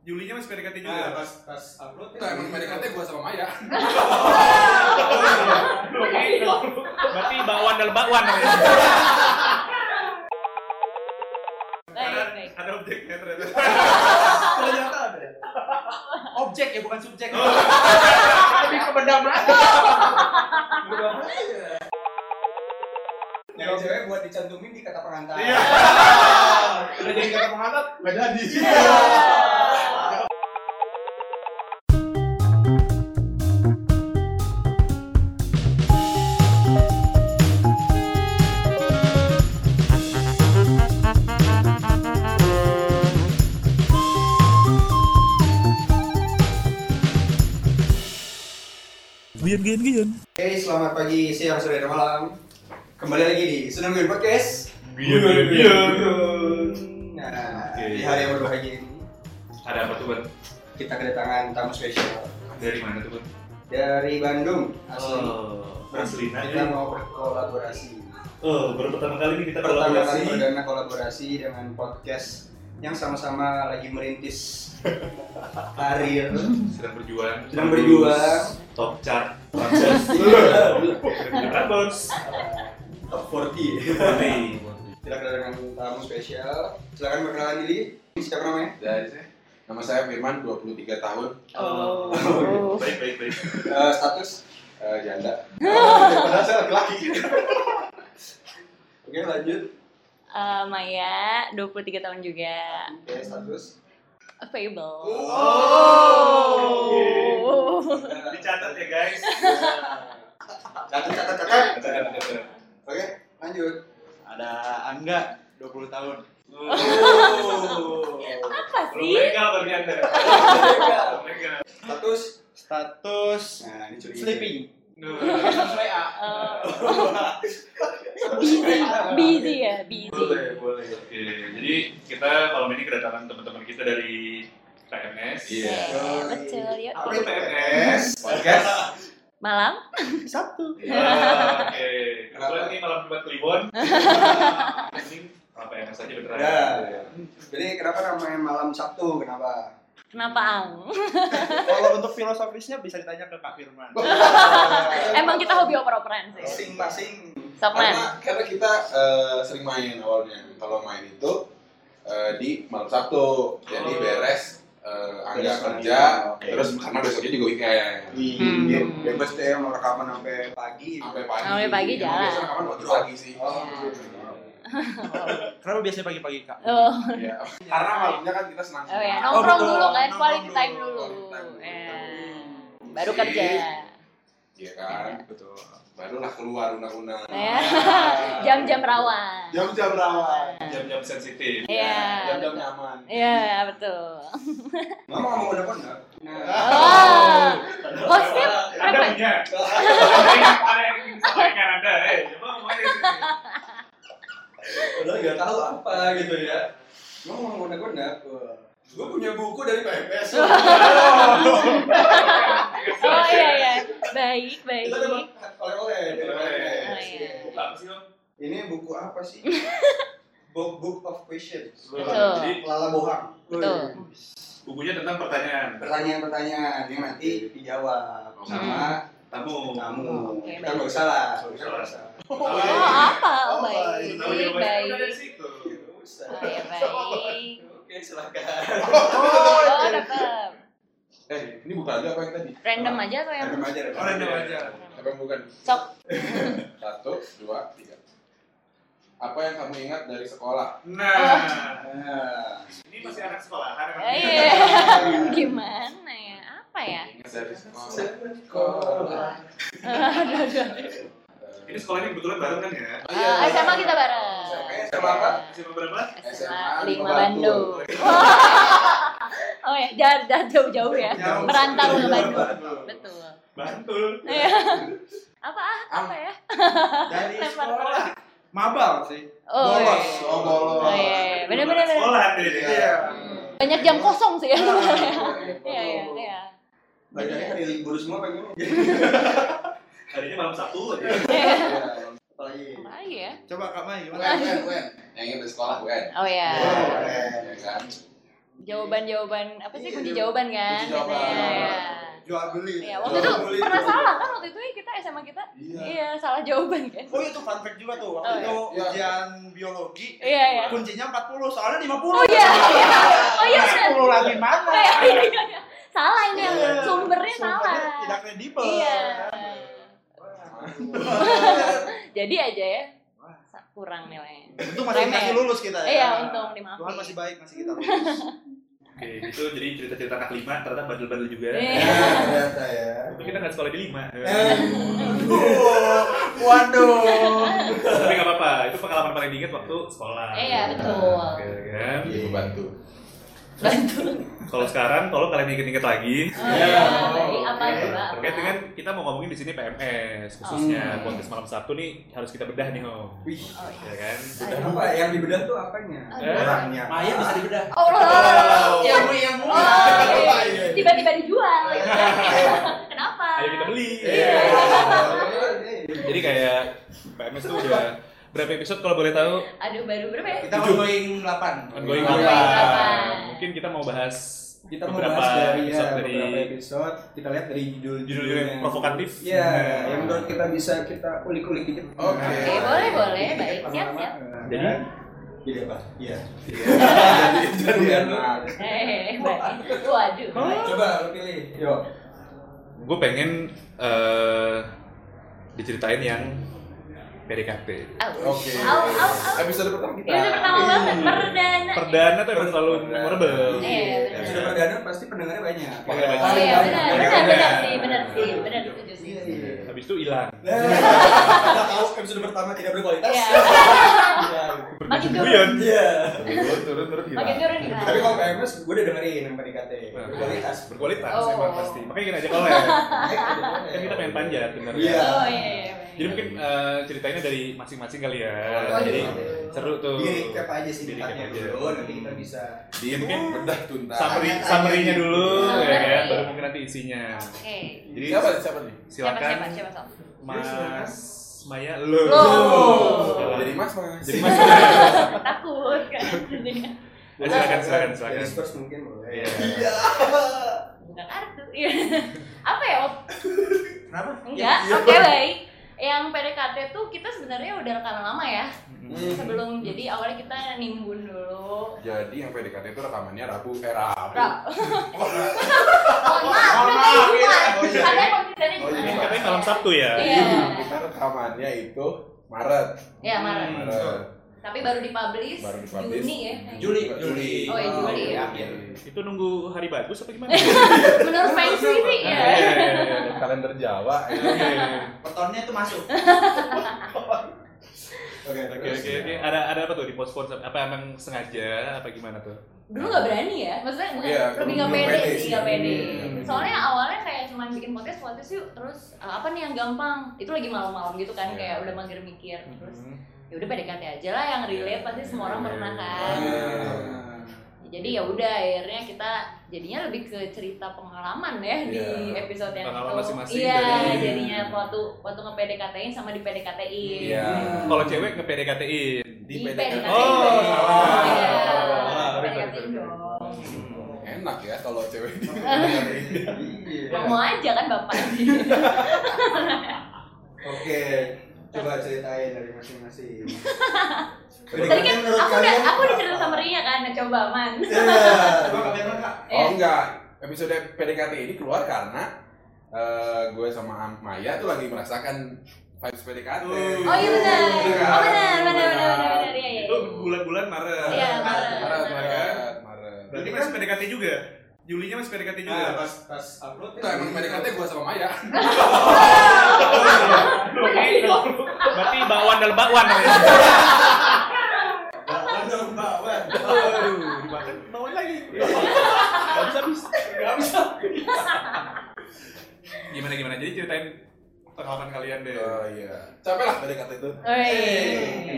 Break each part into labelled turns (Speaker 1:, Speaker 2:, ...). Speaker 1: Julinya masih PDKT
Speaker 2: Iya,
Speaker 1: juga.
Speaker 3: Iya.
Speaker 4: Ah,
Speaker 5: Nah, pas pas upload
Speaker 4: Itu emang PDKT gua sama Maya.
Speaker 1: Oke,
Speaker 2: Berarti bakwan dalam bakwan.
Speaker 1: karena
Speaker 6: Baik, baik.
Speaker 1: ada objeknya
Speaker 2: ya,
Speaker 1: ternyata.
Speaker 5: ternyata ada.
Speaker 2: Objek ya bukan subjek.
Speaker 5: Tapi kebendam aja. Kebendam aja.
Speaker 4: Nyari cewek buat dicantumin di kata pengantar.
Speaker 1: Iya.
Speaker 5: Udah jadi kata pengantar, nggak jadi.
Speaker 2: Guyon guyon guyon.
Speaker 4: Oke, selamat pagi, siang, sore, dan malam. Kembali lagi di Senang Guyon Podcast.
Speaker 2: Iya,
Speaker 4: Nah,
Speaker 5: Iya, Oke.
Speaker 4: di hari yang berbahagia ini
Speaker 2: Ada apa tuh Bang?
Speaker 4: kita kedatangan tamu spesial
Speaker 2: Dari mana tuh Bang?
Speaker 4: dari Bandung asli.
Speaker 2: Oh,
Speaker 5: asli, nah,
Speaker 4: kita mau berkolaborasi.
Speaker 5: Oh, baru pertama kali ini kita
Speaker 4: Pertama kali perdana kolaborasi dengan podcast yang sama-sama lagi merintis karir
Speaker 2: sedang berjuang.
Speaker 4: sedang berjuang
Speaker 2: Top chart.
Speaker 5: Rambons.
Speaker 4: top 40 Iya. kita kedatangan tamu spesial silakan perkenalan diri siapa namanya
Speaker 7: Dari saya. Nama saya Firman, 23 tahun,
Speaker 6: Oh.
Speaker 2: Baik baik baik.
Speaker 4: Eh, status
Speaker 7: eh, janda.
Speaker 4: padahal saya laki-laki oke lanjut
Speaker 6: Eh, Maya, 23 tahun juga.
Speaker 4: oke status
Speaker 6: A Fable.
Speaker 5: Oh.
Speaker 6: Oh.
Speaker 5: Dicatat ya guys.
Speaker 4: Eh, catat catat catat oke lanjut
Speaker 3: Ada Angga, 20 tahun.
Speaker 6: Apa
Speaker 5: Belum
Speaker 6: sih?
Speaker 5: legal bagi anda.
Speaker 4: status
Speaker 3: Status
Speaker 4: nah ini curiga
Speaker 3: sleeping.
Speaker 5: Sesuai A.
Speaker 6: Eh, busy, busy ya, busy.
Speaker 4: boleh boleh
Speaker 2: Oke, jadi kita malam ini kedatangan teman-teman kita dari PMS.
Speaker 7: Iya.
Speaker 6: Eh, betul, yuk.
Speaker 4: Apa
Speaker 5: Aku
Speaker 4: itu?
Speaker 5: PNS.
Speaker 4: podcast
Speaker 6: Malam?
Speaker 2: Iya, Oke. Kebetulan ini malam Jumat Kliwon. Mending malam PMS aja beneran.
Speaker 4: ya jadi kenapa namanya malam sabtu kenapa
Speaker 6: Kenapa Ang?
Speaker 3: Kalau untuk filosofisnya bisa ditanya ke Kak Firman.
Speaker 6: Emang kita hobi oper-operan sih.
Speaker 4: masing-masing
Speaker 6: Sokman.
Speaker 7: Karena, karena kita eh, sering main awalnya. Kalau main itu eh, di malam Sabtu, jadi beres eh, angga
Speaker 4: Oh. Beres
Speaker 7: kerja,
Speaker 4: pagi.
Speaker 7: terus karena besoknya juga weekend.
Speaker 6: Hmm.
Speaker 4: Iya, bebas deh mau rekaman sampai pagi.
Speaker 7: Sampai pagi.
Speaker 6: Sampai pagi
Speaker 7: Emang
Speaker 6: jalan.
Speaker 7: biasanya kapan waktu pagi sih?
Speaker 4: Oh.
Speaker 3: Kenapa biasanya pagi-pagi Kak?
Speaker 6: Oh,
Speaker 7: Iya. Karena malamnya kan kita senang.
Speaker 6: oh ya,
Speaker 3: Oh,
Speaker 6: nongkrong
Speaker 3: betul.
Speaker 6: dulu kan,
Speaker 3: Nongkrong
Speaker 6: quality
Speaker 3: dulu,
Speaker 6: time dulu.
Speaker 7: quality time dulu.
Speaker 6: Eh, Baru kerja.
Speaker 7: Iya kan, betul. Barulah keluar undang-undang.
Speaker 6: Eh, Jam-jam rawan.
Speaker 7: Ah. Jam-jam rawan.
Speaker 2: Jam-jam sensitif.
Speaker 6: Iya.
Speaker 7: Jam-jam
Speaker 6: betul.
Speaker 7: nyaman.
Speaker 6: Iya, betul.
Speaker 4: Mama mau udah pun enggak? Nah.
Speaker 6: Oh, hostnya
Speaker 2: Anda
Speaker 6: prefer-
Speaker 2: punya. Ada yang ada yang ingin sampaikan Anda. Eh, coba ngomongnya di sini.
Speaker 4: Udah enggak tahu apa gitu ya. Mama mau udah pun enggak? Gue punya buku dari PMS.
Speaker 6: Oh iya iya. Baik, baik.
Speaker 4: Kita dapat oleh-oleh dari
Speaker 6: Oh,
Speaker 4: PMS.
Speaker 6: iya.
Speaker 2: Buka apa sih, Om?
Speaker 4: Ini buku apa sih? Book, book of Questions.
Speaker 6: Betul.
Speaker 2: Jadi
Speaker 4: Lala Bohang.
Speaker 6: Betul.
Speaker 2: bukunya tentang pertanyaan.
Speaker 4: Pertanyaan-pertanyaan yang nanti dijawab sama
Speaker 2: Tamu.
Speaker 4: kamu.
Speaker 6: Oke,
Speaker 4: Kita nggak usah lah.
Speaker 2: Nggak usah.
Speaker 4: Nggak usah.
Speaker 6: Oh, apa?
Speaker 4: Oh,
Speaker 6: baik.
Speaker 2: Tamu
Speaker 6: Baik.
Speaker 2: jawabannya udah dari situ.
Speaker 4: Nggak usah.
Speaker 6: Oh, iya, baik.
Speaker 4: Oke, silakan.
Speaker 6: Oh,
Speaker 3: iya.
Speaker 6: dapat.
Speaker 7: Eh, ini bukan lagi apa yang tadi?
Speaker 6: Random aja atau yang
Speaker 4: Random aja.
Speaker 2: Oh, random aja.
Speaker 7: Apa yang bukan?
Speaker 6: Sok.
Speaker 7: Satu, dua, tiga. Apa yang kamu ingat dari sekolah?
Speaker 2: Nah.
Speaker 4: Nah.
Speaker 2: Ini masih anak sekolah, anak
Speaker 6: Eh, Iya. Gimana ya? Apa ya?
Speaker 7: Ingat dari sekolah.
Speaker 4: Sekolah.
Speaker 7: Eh,
Speaker 2: Ini sekolahnya kebetulan bareng kan ya?
Speaker 7: Oh, iya,
Speaker 6: Eh, SMA kita bareng.
Speaker 7: SMA apa?
Speaker 2: SMA berapa?
Speaker 6: SMA
Speaker 7: SMA
Speaker 6: 5 Bandung. Oh ya, jar jar jauh-jauh ya.
Speaker 4: Jauh.
Speaker 6: Merantau ke
Speaker 4: Jauh.
Speaker 6: Bandung. Betul.
Speaker 2: Bantul.
Speaker 6: Iya. Apa ah? Apa ya?
Speaker 3: Dari sekolah. Mabal sih.
Speaker 6: Oh. iya.
Speaker 4: Bolos. Oh, bolos.
Speaker 6: Oh iya, iya. bener bener bener.
Speaker 2: Sekolah Iya. deh
Speaker 4: Iya.
Speaker 2: dia.
Speaker 6: Banyak jam kosong sih ya. sebenarnya. Iya, iya,
Speaker 7: Betul.
Speaker 6: iya.
Speaker 4: Banyaknya hari libur semua pengen.
Speaker 2: Harinya malam Sabtu Iya. aja.
Speaker 6: Iya,
Speaker 4: Apalagi.
Speaker 6: Apa lagi ya?
Speaker 3: Coba Kak Mai
Speaker 7: UN,
Speaker 3: gimana?
Speaker 6: iya.
Speaker 7: UN. Yang ingat dari sekolah UN.
Speaker 6: Oh ya.
Speaker 4: Keren.
Speaker 7: Ya kan?
Speaker 6: jawaban-jawaban apa sih
Speaker 4: Iya,
Speaker 6: kunci
Speaker 4: jawaban-
Speaker 6: jawaban kan?
Speaker 7: kunci jawaban.
Speaker 6: biasanya, ya.
Speaker 4: Jual beli.
Speaker 6: Iya, waktu itu
Speaker 4: Jual beli.
Speaker 6: pernah salah kan waktu itu ya kita SMA kita?
Speaker 7: Iya.
Speaker 6: Iya, salah jawaban kan.
Speaker 3: Oh itu fun fact juga tuh
Speaker 6: Oh,
Speaker 3: waktu itu
Speaker 7: iya.
Speaker 3: ujian biologi
Speaker 6: Iya, iya.
Speaker 3: kuncinya 40 soalnya 50.
Speaker 6: Oh iya, iya. Oh iya, bener.
Speaker 3: 40 lagi mana?
Speaker 6: Oh iya, iya, iya, iya. Salah ini yang
Speaker 3: Iya.
Speaker 6: sumbernya salah.
Speaker 3: Tidak kredibel.
Speaker 6: Iya. Jadi aja ya. sa- Kurang nilainya.
Speaker 3: Untung masih
Speaker 6: Remeh.
Speaker 3: masih lulus kita ya.
Speaker 6: Iya, untung dimaafin.
Speaker 3: Tuhan masih baik masih kita lulus.
Speaker 2: Oke, itu jadi cerita-cerita anak lima ternyata bandel-bandel juga.
Speaker 6: Iya.
Speaker 4: Nah, ternyata ya.
Speaker 2: Tapi kita nggak sekolah di lima.
Speaker 4: Eh,
Speaker 3: Waduh.
Speaker 2: Tapi nggak apa-apa. Itu pengalaman paling diingat waktu sekolah.
Speaker 6: Iya, betul.
Speaker 2: Oke, kan?
Speaker 7: Iya, membantu.
Speaker 6: Bantu.
Speaker 2: Kalau sekarang, tolong kalian inget-inget lagi.
Speaker 6: Oh, iya,
Speaker 4: Oh,
Speaker 6: baik. Apa
Speaker 2: Oke,
Speaker 6: coba? apa?
Speaker 2: Terkait dengan kita mau ngomongin di sini PMS
Speaker 6: Hmm.
Speaker 2: khususnya
Speaker 7: Oh.
Speaker 2: podcast malam Sabtu nih harus kita bedah nih, Om.
Speaker 4: Wih,
Speaker 6: Oh, iya.
Speaker 2: Ya kan?
Speaker 4: apa yang dibedah tuh apanya?
Speaker 6: Aduh.
Speaker 4: Orangnya.
Speaker 8: Maya bisa dibedah.
Speaker 6: Oh, loh, loh, loh, loh.
Speaker 8: Iya, Bu, iya, Bu.
Speaker 6: Oh, iya.
Speaker 4: Iya.
Speaker 6: tiba-tiba dijual gitu. Kenapa?
Speaker 2: Ayo kita beli.
Speaker 4: Iya.
Speaker 2: Jadi kayak PMS tuh udah berapa episode kalau boleh tahu?
Speaker 6: Aduh, baru berapa ya?
Speaker 8: Kita ongoing 8.
Speaker 2: Ongoing
Speaker 4: Ongoing
Speaker 2: apa?
Speaker 6: apa?
Speaker 2: Mungkin kita mau bahas
Speaker 4: Kita mau
Speaker 2: beberapa
Speaker 4: bahas dari, ya,
Speaker 2: episode dari
Speaker 4: beberapa episode. Kita lihat dari judul
Speaker 2: judul-judul yang provokatif.
Speaker 4: Iya, yang menurut kita bisa kita ulik-ulik dikit. Eh,
Speaker 7: Oke.
Speaker 6: Oke, Eh, boleh, boleh. Baik, siap, siap.
Speaker 2: Jadi?
Speaker 4: ya. jadi apa? Iya.
Speaker 2: Iya.
Speaker 7: Jadi
Speaker 4: Nah,
Speaker 6: Eh, baik. Waduh. baik.
Speaker 4: Coba lu pilih. Yo.
Speaker 2: Gue pengen eh, diceritain yang PDKT.
Speaker 6: Au.
Speaker 7: Oke.
Speaker 6: Au, au, au.
Speaker 7: Episode pertama kita.
Speaker 6: Ini udah pertama banget, perdana.
Speaker 2: Perdana tuh emang selalu
Speaker 7: Perdana.
Speaker 2: memorable.
Speaker 6: Iya,
Speaker 7: benar.
Speaker 4: Sudah perdana pasti pendengarnya banyak.
Speaker 2: Pendengarnya banyak.
Speaker 6: Oh iya, benar, benar, benar sih, benar sih, benar setuju sih.
Speaker 4: Iya, iya.
Speaker 2: Habis itu hilang.
Speaker 4: Nah, Kita tahu episode pertama tidak berkualitas.
Speaker 6: Iya.
Speaker 4: Iya.
Speaker 6: Makin turun,
Speaker 2: Guyon.
Speaker 4: Iya.
Speaker 2: Turun-turun
Speaker 6: makin
Speaker 2: hilang.
Speaker 6: turun nih.
Speaker 4: Tapi kalau PMS gue udah dengerin yang PDKT. Berkualitas.
Speaker 2: Nah,
Speaker 4: Eh,
Speaker 2: Berkualitas
Speaker 6: Oh.
Speaker 2: emang pasti. Makanya kita ajak oleh. Kan kita
Speaker 4: Iya.
Speaker 2: pengen panjat bener
Speaker 4: Iya.
Speaker 6: Oh iya, iya.
Speaker 2: Jadi mungkin eh, ceritainnya dari masing-masing kali ya.
Speaker 6: Waduh.
Speaker 2: Jadi seru tuh.
Speaker 4: Diri cap aja sih
Speaker 2: Diri cap
Speaker 4: ditanya
Speaker 2: aja.
Speaker 4: dulu, nanti kita bisa.
Speaker 7: Dia Iya, mungkin bedah tuntas.
Speaker 2: Summary,
Speaker 4: Nah, Tanya-tanya. Nah,
Speaker 2: summary-nya dulu ya
Speaker 6: Summary.
Speaker 2: kan, baru mungkin nanti isinya.
Speaker 6: Oke.
Speaker 2: Jadi
Speaker 7: Siapa siapa nih?
Speaker 6: Siapa
Speaker 2: silakan
Speaker 6: siapa siapa Sob?
Speaker 2: Mas Maya lo.
Speaker 6: Lo.
Speaker 7: Jadi Mas Mas.
Speaker 2: Jadi Mas.
Speaker 6: Takut kan.
Speaker 2: Ya, silakan silakan silakan.
Speaker 4: Dari Spurs mungkin boleh.
Speaker 2: Iya.
Speaker 6: Buka kartu. Iya. Apa ya? Op?
Speaker 3: Kenapa?
Speaker 6: Enggak.
Speaker 3: Iya.
Speaker 6: Oke, baik. Yang PDKT tuh kita sebenarnya udah rekaman lama ya. Sebelum jadi awalnya kita nimbun dulu.
Speaker 7: Jadi yang PDKT itu rekamannya Rabu eh Rabu.
Speaker 6: Ra. Mohon maaf, kan tadi Jumat.
Speaker 2: Ini
Speaker 7: Oh, iya.
Speaker 6: Katanya konsistennya Jumat.
Speaker 2: katanya malam Sabtu ya.
Speaker 6: Iya.
Speaker 7: Kita rekamannya itu Maret.
Speaker 6: Iya, Maret.
Speaker 7: Maret.
Speaker 6: Tapi baru dipublish
Speaker 7: Baru dipublish.
Speaker 6: Juni ya.
Speaker 7: Juli.
Speaker 8: Juli.
Speaker 6: Oh, iya, Juli ya.
Speaker 2: Itu nunggu hari bagus apa gimana? Iya,
Speaker 6: Menurut fans sih ya.
Speaker 7: Eh, Kalender Jawa. eh.
Speaker 3: Petonnya itu masuk.
Speaker 4: Oke,
Speaker 2: Oke oke oke. Ada ada apa tuh di postpone apa emang sengaja apa gimana tuh?
Speaker 6: Dulu nggak berani ya. Maksudnya bukan
Speaker 7: Iya,
Speaker 6: lebih
Speaker 7: belum-
Speaker 6: nggak
Speaker 7: belum
Speaker 6: pede
Speaker 7: pede
Speaker 6: sih,
Speaker 7: sih.
Speaker 6: nggak pede.
Speaker 7: Iya.
Speaker 6: Soalnya awalnya kayak cuman bikin podcast, podcast yuk. Terus eh, apa nih yang gampang? Itu lagi malam-malam gitu kan,
Speaker 7: Iya. Mm-hmm.
Speaker 6: kayak udah mikir-mikir. Terus
Speaker 2: Hmm.
Speaker 6: ya udah PDKT aja lah yang relate pasti semua orang pernah kan.
Speaker 7: Iya.
Speaker 6: Jadi ya udah akhirnya kita jadinya lebih ke cerita pengalaman ya di
Speaker 7: Iya.
Speaker 6: episode yang
Speaker 2: Pengalaman
Speaker 6: itu.
Speaker 2: masing-masing
Speaker 6: Iya,
Speaker 2: dari-
Speaker 6: jadinya waktu waktu nge-PDKT-in sama di PDKT-in.
Speaker 7: Iya.
Speaker 2: Kalau cewek nge PDKT-in.
Speaker 6: Di kan?
Speaker 7: Di PDKT.
Speaker 6: PDKT-in.
Speaker 7: Oh, salah.
Speaker 6: Iya,
Speaker 2: Salah.
Speaker 6: PDKT-in dong.
Speaker 7: Enak ya kalau cewek di
Speaker 4: Iya.
Speaker 6: Emang Mau aja kan Bapak.
Speaker 4: Oke, coba ceritain dari masing-masing.
Speaker 6: Tadi kan
Speaker 4: menurut
Speaker 6: aku udah
Speaker 4: kalian
Speaker 6: aku udah
Speaker 4: apa?
Speaker 6: cerita sama Ria kan, nah, coba man.
Speaker 4: Iya.
Speaker 3: Coba kalian Kak.
Speaker 6: Eh.
Speaker 7: Oh enggak, episode PDKT ini keluar karena eh, gue sama Am- Maya tuh lagi merasakan vibes PDKT.
Speaker 6: Oh iya benar. Oh benar, benar, benar, benar, benar. Iya, iya.
Speaker 9: Itu bulan-bulan Maret.
Speaker 6: Iya, Maret. kan?
Speaker 7: Maret, Maret, Maret.
Speaker 9: Berarti
Speaker 3: Iya.
Speaker 9: masih PDKT juga. ya? Julinya masih PDKT juga.
Speaker 3: Ah.
Speaker 4: Nah, pas pas upload
Speaker 7: Itu emang PDKT gue sama Maya.
Speaker 6: Iya.
Speaker 2: Berarti bakwan dalam bakwan namanya.
Speaker 4: Bakwan dong, bakwan.
Speaker 2: Aduh, dimakan bawain lagi. Gak bisa habis. Gak bisa. Gimana gimana? Jadi ceritain pengalaman kalian deh.
Speaker 7: Oh iya. Capek lah PDKT itu.
Speaker 6: Woi.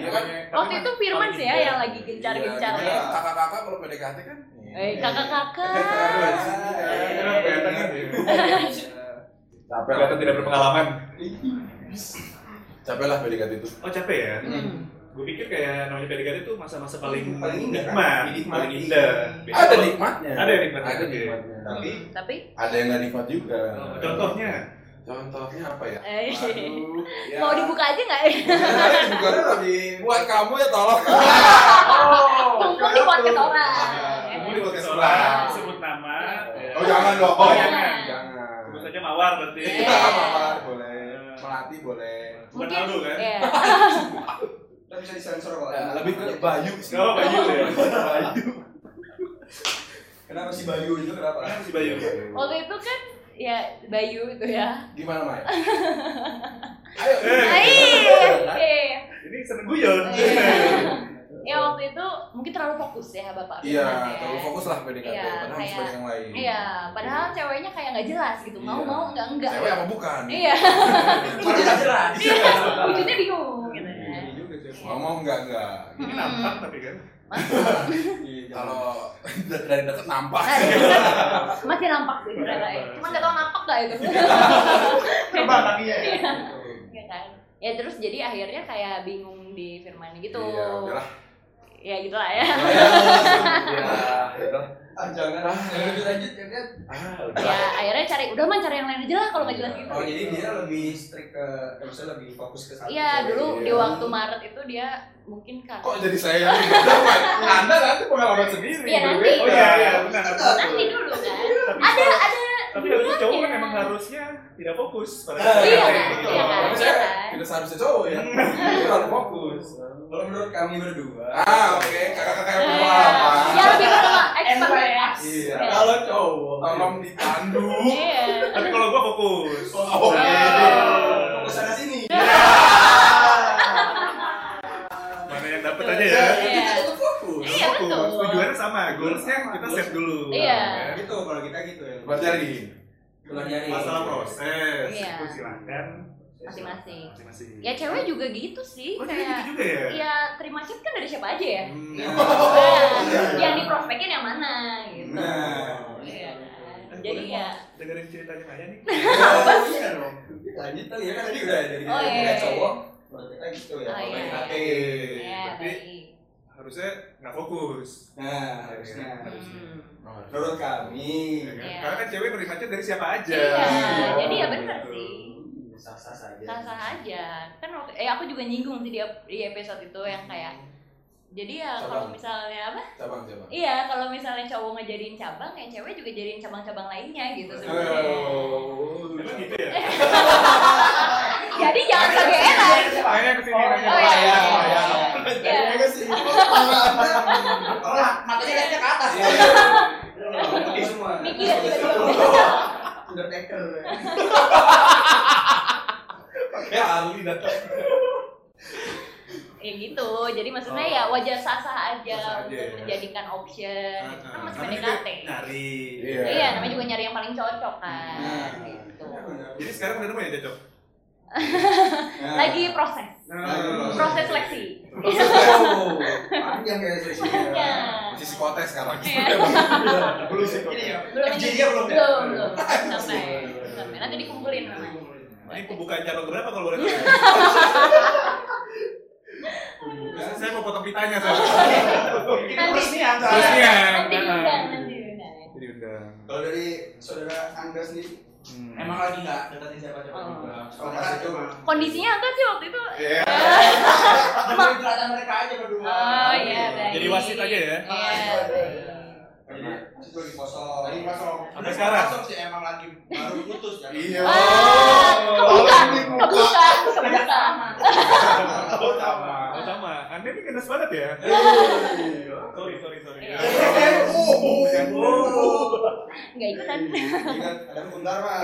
Speaker 7: Iya kan?
Speaker 6: Waktu itu Firman sih ya yang lagi gencar-gencar
Speaker 7: Iya,
Speaker 6: ya.
Speaker 7: gimana? Kakak-kakak kalau PDKT kan.
Speaker 6: Eh, kakak-kakak.
Speaker 7: Iya.
Speaker 2: kelihatan kan?
Speaker 4: Nah,
Speaker 7: Capek lah.
Speaker 2: Kelihatan tidak berpengalaman.
Speaker 7: Capek lah PDKT itu.
Speaker 2: Oh capek ya?
Speaker 6: Hmm.
Speaker 2: gue pikir kayak namanya PDKT itu masa-masa paling
Speaker 4: Paling indah, kan?
Speaker 2: nikmat,
Speaker 4: Dinikmati.
Speaker 2: paling indah. Biasanya
Speaker 7: Ada
Speaker 2: kalau-
Speaker 7: nikmatnya.
Speaker 2: Iya. Ada yang nikmat.
Speaker 7: Ada
Speaker 2: Oke.
Speaker 7: nikmatnya. Tapi
Speaker 6: Tapi
Speaker 7: ada yang nggak nikmat juga.
Speaker 2: Contohnya,
Speaker 7: Contohnya apa ya?
Speaker 6: eh,
Speaker 7: Aduh, ya.
Speaker 6: mau dibuka aja nggak?
Speaker 4: juga kalau di
Speaker 7: Buat kamu ya tolong.
Speaker 6: Kumpul di podcast orang.
Speaker 2: kumpul di podcast
Speaker 7: Sebelah.
Speaker 2: orang, sebut nama. ya.
Speaker 7: Oh jangan dong.
Speaker 2: Oh, jangan.
Speaker 7: Jangan.
Speaker 2: Sebut saja mawar berarti.
Speaker 6: Iya.
Speaker 7: Kita mawar boleh. Melati boleh.
Speaker 2: Bukan Aldo kan?
Speaker 6: Iya.
Speaker 4: Kita bisa disensor kalau
Speaker 7: Ya,
Speaker 4: ada.
Speaker 7: lebih ke Bayu sih.
Speaker 2: Oh, Bayu ya.
Speaker 4: Kenapa si Bayu itu kenapa?
Speaker 2: Kenapa sih Bayu?
Speaker 6: Waktu itu kan ya Bayu itu ya.
Speaker 7: Gimana Mai? Ayo.
Speaker 6: Hai.
Speaker 7: Iya.
Speaker 6: Eh,
Speaker 2: Ini seneng guyon.
Speaker 6: Ya waktu itu mungkin terlalu fokus ya Bapak.
Speaker 7: Iya,
Speaker 6: Firman, ya.
Speaker 7: terlalu fokus lah PDKT.
Speaker 6: Iya,
Speaker 7: Padahal harus
Speaker 6: kayak-
Speaker 7: banyak yang lain.
Speaker 6: Iya, padahal ceweknya kayak nggak jelas gitu. Mau
Speaker 7: Iya.
Speaker 6: mau nggak nggak.
Speaker 7: Cewek apa bukan?
Speaker 6: Iya.
Speaker 4: Mana nggak jelas.
Speaker 6: Wujudnya bingung gitu
Speaker 7: Iya,
Speaker 6: Hmm. ya.
Speaker 4: Ini juga sih.
Speaker 7: Mau mau enggak enggak.
Speaker 2: Ini nampak tapi kan.
Speaker 7: Kalau dari deket nampak.
Speaker 6: Nah, kan Masih nampak
Speaker 7: Iya,
Speaker 6: sih ternyata ya. Cuma nggak tahu nampak nggak itu.
Speaker 3: Terbang kakinya ya.
Speaker 6: Iya kan. Ya terus jadi akhirnya kayak bingung di Firman gitu.
Speaker 7: Iya, udahlah.
Speaker 6: Ya gitu lah ya.
Speaker 4: Ah, jangan ah. Jangan lanjut lanjut ya kan.
Speaker 7: Ah,
Speaker 6: Ya
Speaker 7: udahlah.
Speaker 6: akhirnya cari udah mah cari yang lain aja lah kalau nggak
Speaker 7: Iya.
Speaker 6: jelas gitu.
Speaker 4: Oh jadi dia lebih strict ke, eh, maksudnya lebih fokus ke satu.
Speaker 6: Iya dulu
Speaker 7: Iya.
Speaker 6: di waktu Maret itu dia mungkin kan.
Speaker 7: Kok jadi saya? yang deket?
Speaker 4: Anda kan nanti pengalaman sendiri.
Speaker 6: Iya nanti.
Speaker 7: ya?
Speaker 2: Oh iya, iya, benar.
Speaker 6: Nanti dulu kan. Ada ada.
Speaker 2: Tapi kalau itu cowok kan
Speaker 6: Iya.
Speaker 2: emang harusnya tidak fokus pada
Speaker 7: Iya,
Speaker 6: Iya
Speaker 2: PDKT,
Speaker 6: kan.
Speaker 2: gitu.
Speaker 6: Iya kan.
Speaker 7: Tapi
Speaker 6: Iya
Speaker 7: saya-
Speaker 6: kan.
Speaker 7: Tidak seharusnya cowok ya. Terlalu fokus.
Speaker 4: Kalau menurut kami berdua,
Speaker 7: Ah, oke, kakak-kakak yang
Speaker 6: Iya.
Speaker 7: lama.
Speaker 6: Ya lebih ke expert ya.
Speaker 7: Iya.
Speaker 4: kalau cowok,
Speaker 7: Tolong dipandu.
Speaker 6: Iya.
Speaker 2: Tapi kalau gua fokus.
Speaker 7: Oh, oke.
Speaker 4: ke
Speaker 2: Oh.
Speaker 4: sana sini.
Speaker 6: Iya.
Speaker 4: Iya.
Speaker 2: Mana yang dapet aja ya.
Speaker 6: Iya.
Speaker 4: Itu fokus.
Speaker 6: Iya betul.
Speaker 2: Fokus. Tujuannya sama, goalsnya kita set dulu.
Speaker 6: Iya.
Speaker 2: Ya.
Speaker 4: Gitu kalau kita gitu ya.
Speaker 7: Buat nyari.
Speaker 4: Bulan nyari.
Speaker 2: Masalah proses,
Speaker 6: Iya.
Speaker 2: itu silakan
Speaker 6: Masing-masing.
Speaker 2: masing-masing.
Speaker 6: Ya cewek juga gitu sih
Speaker 2: Oh, jadi gitu
Speaker 6: kayak.
Speaker 2: juga ya?
Speaker 6: Ya terima chat kan dari siapa aja ya.
Speaker 2: Hmm.
Speaker 6: Nah, yang di prospekin yang mana gitu.
Speaker 4: Nah.
Speaker 6: Iya kan. Jadi ya.
Speaker 2: Dengerin ceritanya Maya nih.
Speaker 4: Iya, Apa sih? Lanjut kali ya kan tadi udah dari
Speaker 6: Oh, iya,
Speaker 4: kita
Speaker 6: iya.
Speaker 4: cowok. Menurut kita gitu ya.
Speaker 6: Oh,
Speaker 4: kalau
Speaker 6: iya.
Speaker 4: yang hati.
Speaker 6: Iya
Speaker 2: Berarti
Speaker 6: baik.
Speaker 2: harusnya nggak fokus.
Speaker 4: Nah, harusnya.
Speaker 6: Hmm.
Speaker 4: Menurut kami.
Speaker 2: Ya kan?
Speaker 6: Iya.
Speaker 2: Karena kan cewek nerima chat dari siapa aja.
Speaker 6: Iya.
Speaker 2: Oh,
Speaker 6: Jadi ya
Speaker 2: gitu.
Speaker 6: benar sih.
Speaker 4: Sah-sah
Speaker 2: Iya.
Speaker 4: saja.
Speaker 6: sah-sah aja kan waktu eh aku juga nyinggung sih di, di episode itu yang kayak jadi ya kalau
Speaker 7: Cabang.
Speaker 6: misalnya apa
Speaker 7: Cabang, cabang.
Speaker 6: iya kalau misalnya cowok ngejadiin cabang ya cewek juga jadiin cabang-cabang lainnya gitu sebenarnya
Speaker 7: Oh,
Speaker 2: Emang gitu ya?
Speaker 6: jadi jangan
Speaker 2: Iya.
Speaker 6: kegeeran
Speaker 2: Tanya ke sini, tanya ke
Speaker 6: Oh, iya,
Speaker 2: saya.
Speaker 6: iya, iya.
Speaker 4: Ya.
Speaker 6: Iya.
Speaker 4: Mereka sih. Tolak.
Speaker 5: Matanya lihatnya ke
Speaker 2: Nah,
Speaker 5: atas.
Speaker 4: Iya. Putih semua.
Speaker 6: Mikir, tiba-tiba.
Speaker 4: Undertaker.
Speaker 7: Ya, Ali datang.
Speaker 6: ya gitu jadi maksudnya ya wajar sah-sah
Speaker 2: Oh. Sah-sah
Speaker 6: aja
Speaker 2: aja,
Speaker 6: untuk
Speaker 2: ya.
Speaker 6: menjadikan option
Speaker 2: Nah,
Speaker 6: kan masih
Speaker 2: karena
Speaker 6: PDKT
Speaker 2: kita Nyari.
Speaker 7: Iya.
Speaker 6: iya namanya juga nyari yang paling cocok kan
Speaker 4: Nah.
Speaker 6: gitu
Speaker 2: Jadi sekarang udah nemu ya cocok.
Speaker 4: Nah.
Speaker 6: lagi proses
Speaker 4: Nah.
Speaker 6: proses seleksi
Speaker 4: Oh, panjang
Speaker 2: Nah.
Speaker 4: kayak
Speaker 6: Iya.
Speaker 4: seleksinya.
Speaker 7: Masih psikotes sekarang.
Speaker 6: Iya.
Speaker 7: Belum psikotes.
Speaker 2: Eh,
Speaker 6: belum
Speaker 4: FGD-nya belum ya?
Speaker 6: belum belum sampai sampai nanti dikumpulin namanya
Speaker 2: Ini pembukaan calon berapa kalau boleh tahu? Biasanya saya mau potong pitanya saya.
Speaker 3: Peresmian soalnya.
Speaker 2: Terus ya.
Speaker 6: nanti diundang nanti diundang
Speaker 2: Jadi undang.
Speaker 4: Kalau dari saudara Anda sendiri,
Speaker 2: Hmm.
Speaker 5: Emang lagi nggak deketin siapa siapa
Speaker 6: Oh.
Speaker 5: juga.
Speaker 4: kalau
Speaker 3: kan
Speaker 4: masih itu
Speaker 6: kondisinya angkat sih waktu itu
Speaker 7: Iya.
Speaker 5: Dengerin perasaan mereka aja berdua.
Speaker 6: oh iya baik
Speaker 2: Jadi wasit aja ya?
Speaker 6: iya baik.
Speaker 4: jadi itu lagi kosong.
Speaker 5: Iya. Lagi kosong.
Speaker 2: Sampai sekarang?
Speaker 5: Kosong sih emang lagi baru putus ya.
Speaker 7: Iya.
Speaker 6: Wah, Ah, kebuka kebuka
Speaker 5: Sejak
Speaker 6: kebuka
Speaker 5: lama.
Speaker 2: Oh sama. Oh sama. Anda ini kenes banget ya. Sorry sorry sorry.
Speaker 6: Iya.
Speaker 7: Oh.
Speaker 2: Oh.
Speaker 6: nggak ikutan
Speaker 4: Ingat ada hukum dharma.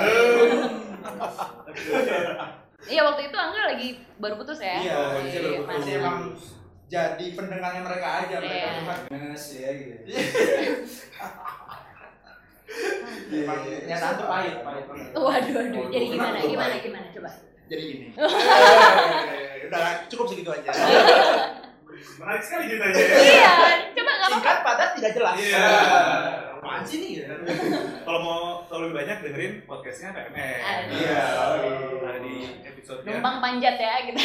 Speaker 6: iya waktu itu angga lagi baru putus ya
Speaker 5: Iya,
Speaker 4: baru
Speaker 6: Masih-
Speaker 4: putus.
Speaker 6: masih
Speaker 5: Masih
Speaker 6: emang
Speaker 5: emang jadi pendengarnya mereka aja mereka
Speaker 6: Iya.
Speaker 5: cuma
Speaker 4: Minus ya gitu. Iya,
Speaker 5: emang nyataan tuh pahit pahit banget.
Speaker 6: waduh waduh jadi gimana gimana gimana coba
Speaker 5: Jadi gini. Udah cukup segitu aja.
Speaker 2: Menarik sekali ceritanya. ya.
Speaker 6: iya coba nggak apa
Speaker 5: Singkat padat tidak jelas.
Speaker 2: Iya.
Speaker 5: Apaan sih nih?
Speaker 2: Kalau mau mau tahu lebih banyak dengerin podcastnya PMN.
Speaker 6: Ada.
Speaker 2: Iya. Ada di episode-nya.
Speaker 6: Numpang panjat ya kita.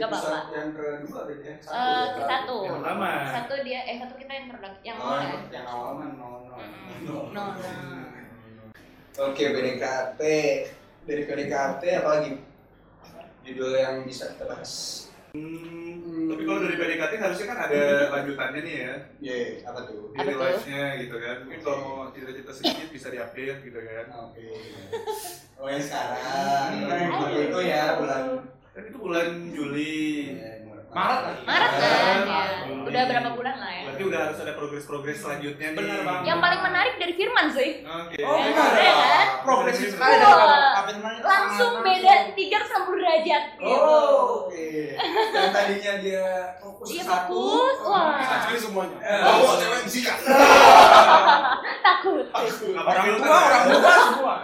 Speaker 6: Nggak apa-apa.
Speaker 4: Episode yang kedua berarti ya? Satu
Speaker 6: Eh,
Speaker 4: ya?
Speaker 6: satu.
Speaker 2: Yang pertama.
Speaker 6: Satu dia eh satu kita yang produk yang
Speaker 4: Oh,
Speaker 6: mana?
Speaker 4: yang awal mah no no.
Speaker 6: Mm-mm. No. no.
Speaker 4: Oke, PDKT. Dari PDKT apa lagi? Judul yang bisa kita bahas.
Speaker 2: Hmm, tapi kalau dari PDKT harusnya kan ada lanjutannya nih ya
Speaker 4: Ye, Iya, apa tuh?
Speaker 2: di
Speaker 6: Apa
Speaker 2: real
Speaker 6: tuh?
Speaker 2: life-nya gitu kan. Mungkin kalau mau cerita-cerita sedikit bisa diupdate gitu kan.
Speaker 4: Oke. Oh, yang sekarang. Kan yang dulu itu ya bulan Iya,
Speaker 2: Kan itu bulan Juli.
Speaker 4: Maret lah.
Speaker 6: Maret kan ya.
Speaker 2: Maret.
Speaker 6: Udah berapa bulan lah ya.
Speaker 2: Berarti udah harus ada progres-progres selanjutnya nih.
Speaker 3: Bener banget.
Speaker 6: Yang paling menarik dari Firman sih.
Speaker 2: Oke.
Speaker 3: Oh,
Speaker 4: iya.
Speaker 6: Ya,
Speaker 3: enggak.
Speaker 6: ya kan?
Speaker 3: Progresif
Speaker 2: Wah.
Speaker 3: sekali dari Pak- Pak Firman itu
Speaker 6: Iya. Langsung
Speaker 3: sangat
Speaker 6: beda
Speaker 3: langsung.
Speaker 6: 360 derajat gitu.
Speaker 4: Oh, oke. Yang tadinya dia fokus
Speaker 6: Dia
Speaker 4: ke satu.
Speaker 6: Iya, fokus, wah.
Speaker 4: Kita cari semuanya. Eh,
Speaker 5: Oh, cewek disikat.
Speaker 7: Iya,
Speaker 6: Takut.
Speaker 2: Orang
Speaker 3: Orang
Speaker 2: tua
Speaker 4: kan
Speaker 3: tua, orang tua semua.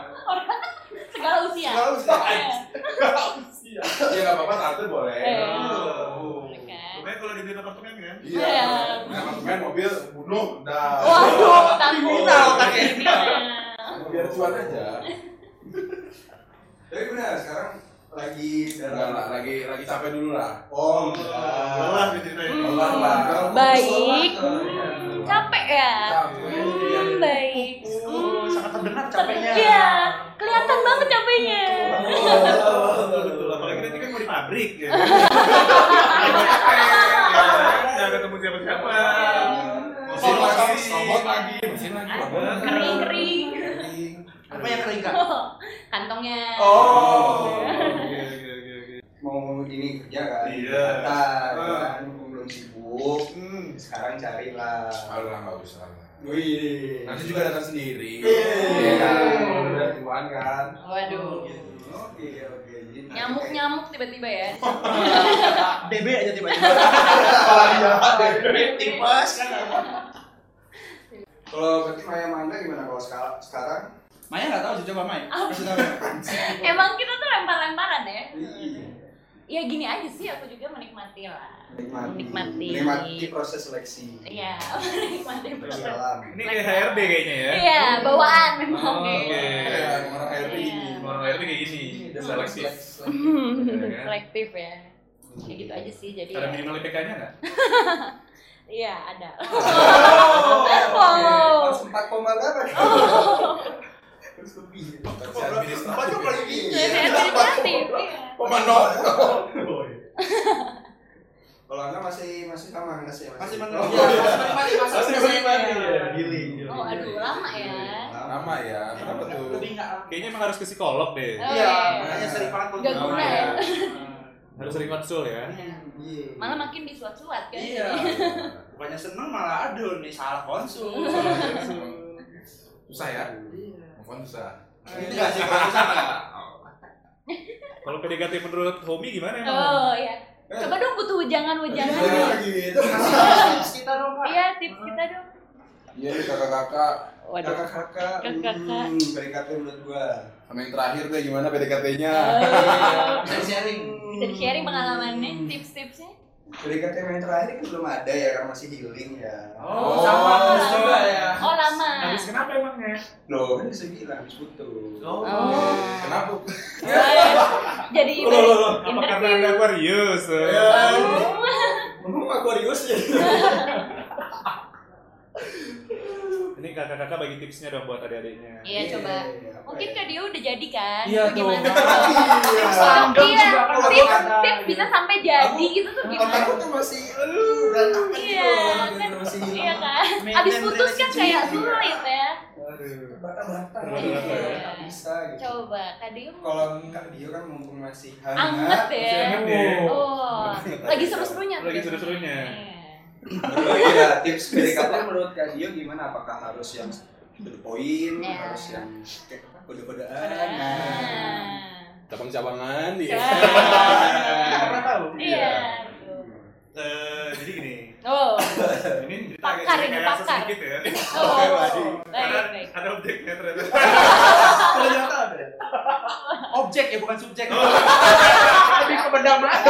Speaker 6: Segala usia.
Speaker 4: Kalau
Speaker 6: Eh,
Speaker 4: usah.
Speaker 7: Iya nggak apa-apa satu boleh.
Speaker 6: Eh.
Speaker 2: Oh.
Speaker 6: Oke.
Speaker 2: Lumayan kalau dibeli apartemen kan?
Speaker 7: Iya.
Speaker 6: Iya.
Speaker 7: Nah, main mobil bunuh, dah.
Speaker 6: Waduh, takut. Hmm.
Speaker 3: Kriminal, kakek.
Speaker 6: Kriminal.
Speaker 7: Biar cuan aja.
Speaker 4: Tapi benar Nah, sekarang lagi
Speaker 7: Enggak lah,
Speaker 4: dalam
Speaker 7: lagi lagi capek dulu lah.
Speaker 4: Oh,
Speaker 2: Iya. Lelah nih ceritanya.
Speaker 6: Hmm.
Speaker 7: Lelah lah.
Speaker 6: Baik.
Speaker 4: Iya.
Speaker 6: Capek ya?
Speaker 7: Capek.
Speaker 6: Hmm, baik.
Speaker 3: Uh, sangat terdengar capeknya.
Speaker 6: Iya, kelihatan banget capeknya.
Speaker 2: Betul, betul. Apalagi nanti kan mau di pabrik ya. Ada capek, ya. Nggak ketemu siapa-siapa.
Speaker 7: Mesin lagi,
Speaker 2: Mesin.
Speaker 7: robot lagi, mesin lagi, robot lagi.
Speaker 6: Kering-kering.
Speaker 3: Apa yang kering kak?
Speaker 6: Kantongnya.
Speaker 4: Oh.
Speaker 2: Oke, oke, oke, oke.
Speaker 4: Mau ini kerja kan?
Speaker 2: Iya.
Speaker 4: Nah,
Speaker 2: Ah.
Speaker 4: kan mumpung belum sibuk.
Speaker 2: Hmm.
Speaker 4: Sekarang carilah.
Speaker 7: Aduh lah nggak usah. lah.
Speaker 4: Wih.
Speaker 7: Nanti juga datang sendiri.
Speaker 4: Iya.
Speaker 7: kan? Udah tuaan kan.
Speaker 6: Waduh.
Speaker 4: Oke, oke. Jadi nanti-
Speaker 6: Nyamuk-nyamuk tiba-tiba ya.
Speaker 3: DB aja tiba-tiba.
Speaker 6: Tipes.
Speaker 4: Kalau berarti Maya Manda gimana kalau sekal- sekarang?
Speaker 3: Maya nggak tahu sih coba Maya. Kasih tahu.
Speaker 6: Emang kita tuh lempar-lemparan ya.
Speaker 4: Iya.
Speaker 6: Ya gini aja sih, aku juga menikmati lah.
Speaker 4: Menikmati.
Speaker 6: Menikmati.
Speaker 4: Menikmati proses seleksi.
Speaker 6: Iya, menikmati proses.
Speaker 4: Berjalan.
Speaker 2: Ini kayak HRD kayaknya ya.
Speaker 6: Iya, bawaan memang.
Speaker 2: Oh, Oke.
Speaker 7: Kayak orang air ini.
Speaker 6: Iya.
Speaker 2: Orang HRD kayak gini.
Speaker 7: Iya.
Speaker 2: Selektif.
Speaker 6: Selektif ya. Kayak gitu aja sih, jadi
Speaker 2: Ada
Speaker 6: ya.
Speaker 2: minimal IPK-nya nggak?
Speaker 6: Iya, ada. Oh.
Speaker 4: Oke,
Speaker 6: Wow.
Speaker 4: Pas empat koma berapa?
Speaker 6: Oh.
Speaker 4: Terus lebih.
Speaker 7: Tapi administrasi.
Speaker 4: Iya.
Speaker 6: Lebih administratif. iya.
Speaker 7: Pemanor.
Speaker 4: Kalau anda masih masih Oh. sama anda sih
Speaker 3: Masih
Speaker 4: mana?
Speaker 3: menurut. Iya, masih menikmati, masih
Speaker 2: Pasti
Speaker 3: menikmati.
Speaker 2: menikmati.
Speaker 4: Giling.
Speaker 2: Iya,
Speaker 6: Oh, aduh, lama ya.
Speaker 7: Lama ya, kenapa tuh?
Speaker 3: Lebih nggak
Speaker 2: Kayaknya emang harus ke psikolog deh.
Speaker 6: Oh,
Speaker 3: Iya,
Speaker 6: iya.
Speaker 3: makanya sering banget tuh.
Speaker 6: Nggak guna ya.
Speaker 2: Harus sering konsul ya.
Speaker 4: Iya.
Speaker 6: Malah makin disuat-suat kan.
Speaker 3: Iya. Bukannya seneng malah aduh nih salah konsul.
Speaker 7: Susah ya? Move on susah.
Speaker 4: Iya.
Speaker 3: Ini nggak sih kalau susah nggak?
Speaker 2: Kalau PDKT menurut Homi gimana emang?
Speaker 6: Oh, iya. Coba dong butuh
Speaker 4: Iya,
Speaker 6: wejangan-wejangan.
Speaker 4: gitu.
Speaker 3: Kita dong Pak.
Speaker 6: Iya, tips kita dong.
Speaker 7: Iya nih kakak-kakak.
Speaker 6: Waduh.
Speaker 4: Kakak-kakak.
Speaker 6: Kakak-kakak.
Speaker 4: hmm, PDKT menurut gua.
Speaker 7: Sama yang terakhir deh gimana PDKT-nya?
Speaker 4: Iya.
Speaker 3: Bisa sharing.
Speaker 6: Oh. Bisa di-sharing pengalamannya, tips-tipsnya.
Speaker 4: PDKT Hmm. yang terakhir kan belum ada ya kan masih healing ya.
Speaker 3: Oh, sama terus juga ya.
Speaker 6: Oh, lama.
Speaker 2: Habis kenapa emangnya?
Speaker 4: Loh, kan bisa bilang habis putus.
Speaker 2: Oh.
Speaker 7: Kenapa?
Speaker 6: Iya. Jadi
Speaker 2: Loh, loh, loh. oh, Apa
Speaker 6: interview.
Speaker 2: karena anda Aquarius? Oh, ya.
Speaker 4: Ngomong Aquarius ya.
Speaker 2: Ini kakak-kakak bagi tipsnya dong buat adik-adiknya.
Speaker 6: Iya, coba.
Speaker 4: apa
Speaker 6: Mungkin
Speaker 4: ya?
Speaker 6: Kak Dio udah jadi kan?
Speaker 3: Iya,
Speaker 6: Itu gimana?
Speaker 3: Sandang
Speaker 6: Iya,
Speaker 3: juga kan
Speaker 6: tips,
Speaker 3: ada.
Speaker 6: tips bisa sampai jadi gitu tuh gimana?
Speaker 4: Otakku tuh masih aduh, berantakan gitu.
Speaker 6: Iya,
Speaker 4: Otak
Speaker 6: kan.
Speaker 4: gitu, masih
Speaker 6: Iya kan? Abis
Speaker 3: Maintain
Speaker 6: putus kan
Speaker 3: relationship.
Speaker 6: kayak sulit ya.
Speaker 2: Aduh.
Speaker 4: terbata-bata
Speaker 2: Iya.
Speaker 4: gitu. Nggak bisa gitu.
Speaker 6: Coba, Kak Dio mau-
Speaker 4: Kalau Kak Dio kan mumpung masih
Speaker 6: anget
Speaker 4: hangat.
Speaker 6: ya.
Speaker 2: Jangan deh.
Speaker 6: Oh, lagi seru-serunya. tuh
Speaker 2: Lagi
Speaker 6: biasanya.
Speaker 2: seru-serunya.
Speaker 6: Iya.
Speaker 4: Iya, tips PDKT menurut Kak Dio gimana? Apakah harus yang to the point,
Speaker 6: Iya.
Speaker 4: harus yang kayak apa, kode-kodean? Nah.
Speaker 6: Ah.
Speaker 7: Cabang-cabangan. iya.
Speaker 3: Nggak
Speaker 6: Coba.
Speaker 3: pernah tahu.
Speaker 6: Iya.
Speaker 2: Eh, jadi gini,
Speaker 6: Oh.
Speaker 2: ini cerita agak-
Speaker 6: Pakar ini,
Speaker 2: agak
Speaker 6: pakar.
Speaker 2: sedikit ya.
Speaker 6: Oh.
Speaker 2: Karena
Speaker 6: Baik, baik.
Speaker 2: ada objeknya ternyata.
Speaker 3: Iya. Ternyata ada. Objek ya bukan subjek. Lebih ke benda mati.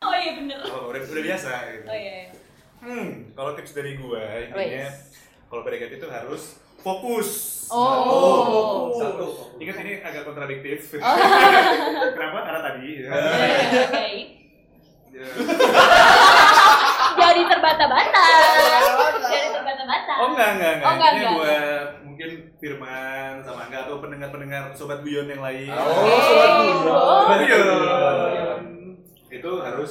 Speaker 6: Oh iya bener.
Speaker 2: Oh, udah, udah biasa gitu.
Speaker 6: Oh iya.
Speaker 2: Hmm, kalau tips dari gua intinya
Speaker 6: Wes.
Speaker 2: kalau PDKT itu harus fokus.
Speaker 6: Oh.
Speaker 4: Satu.
Speaker 2: Ingat ini agak kontradiktif.
Speaker 6: Oh. Iya.
Speaker 2: Kenapa? Karena tadi. ya.
Speaker 6: Oke. Jadi terbata-bata. Jadi terbata-bata.
Speaker 2: Oh enggak, enggak, enggak.
Speaker 6: Oh, enggak,
Speaker 2: Ini
Speaker 6: enggak.
Speaker 2: buat mungkin Firman sama enggak atau pendengar-pendengar sobat Guyon yang lain.
Speaker 7: Oh,
Speaker 2: Sobat
Speaker 6: sobat Oh,
Speaker 4: Iya.
Speaker 2: Guyon.
Speaker 6: iya.
Speaker 4: Guyon.
Speaker 2: Itu harus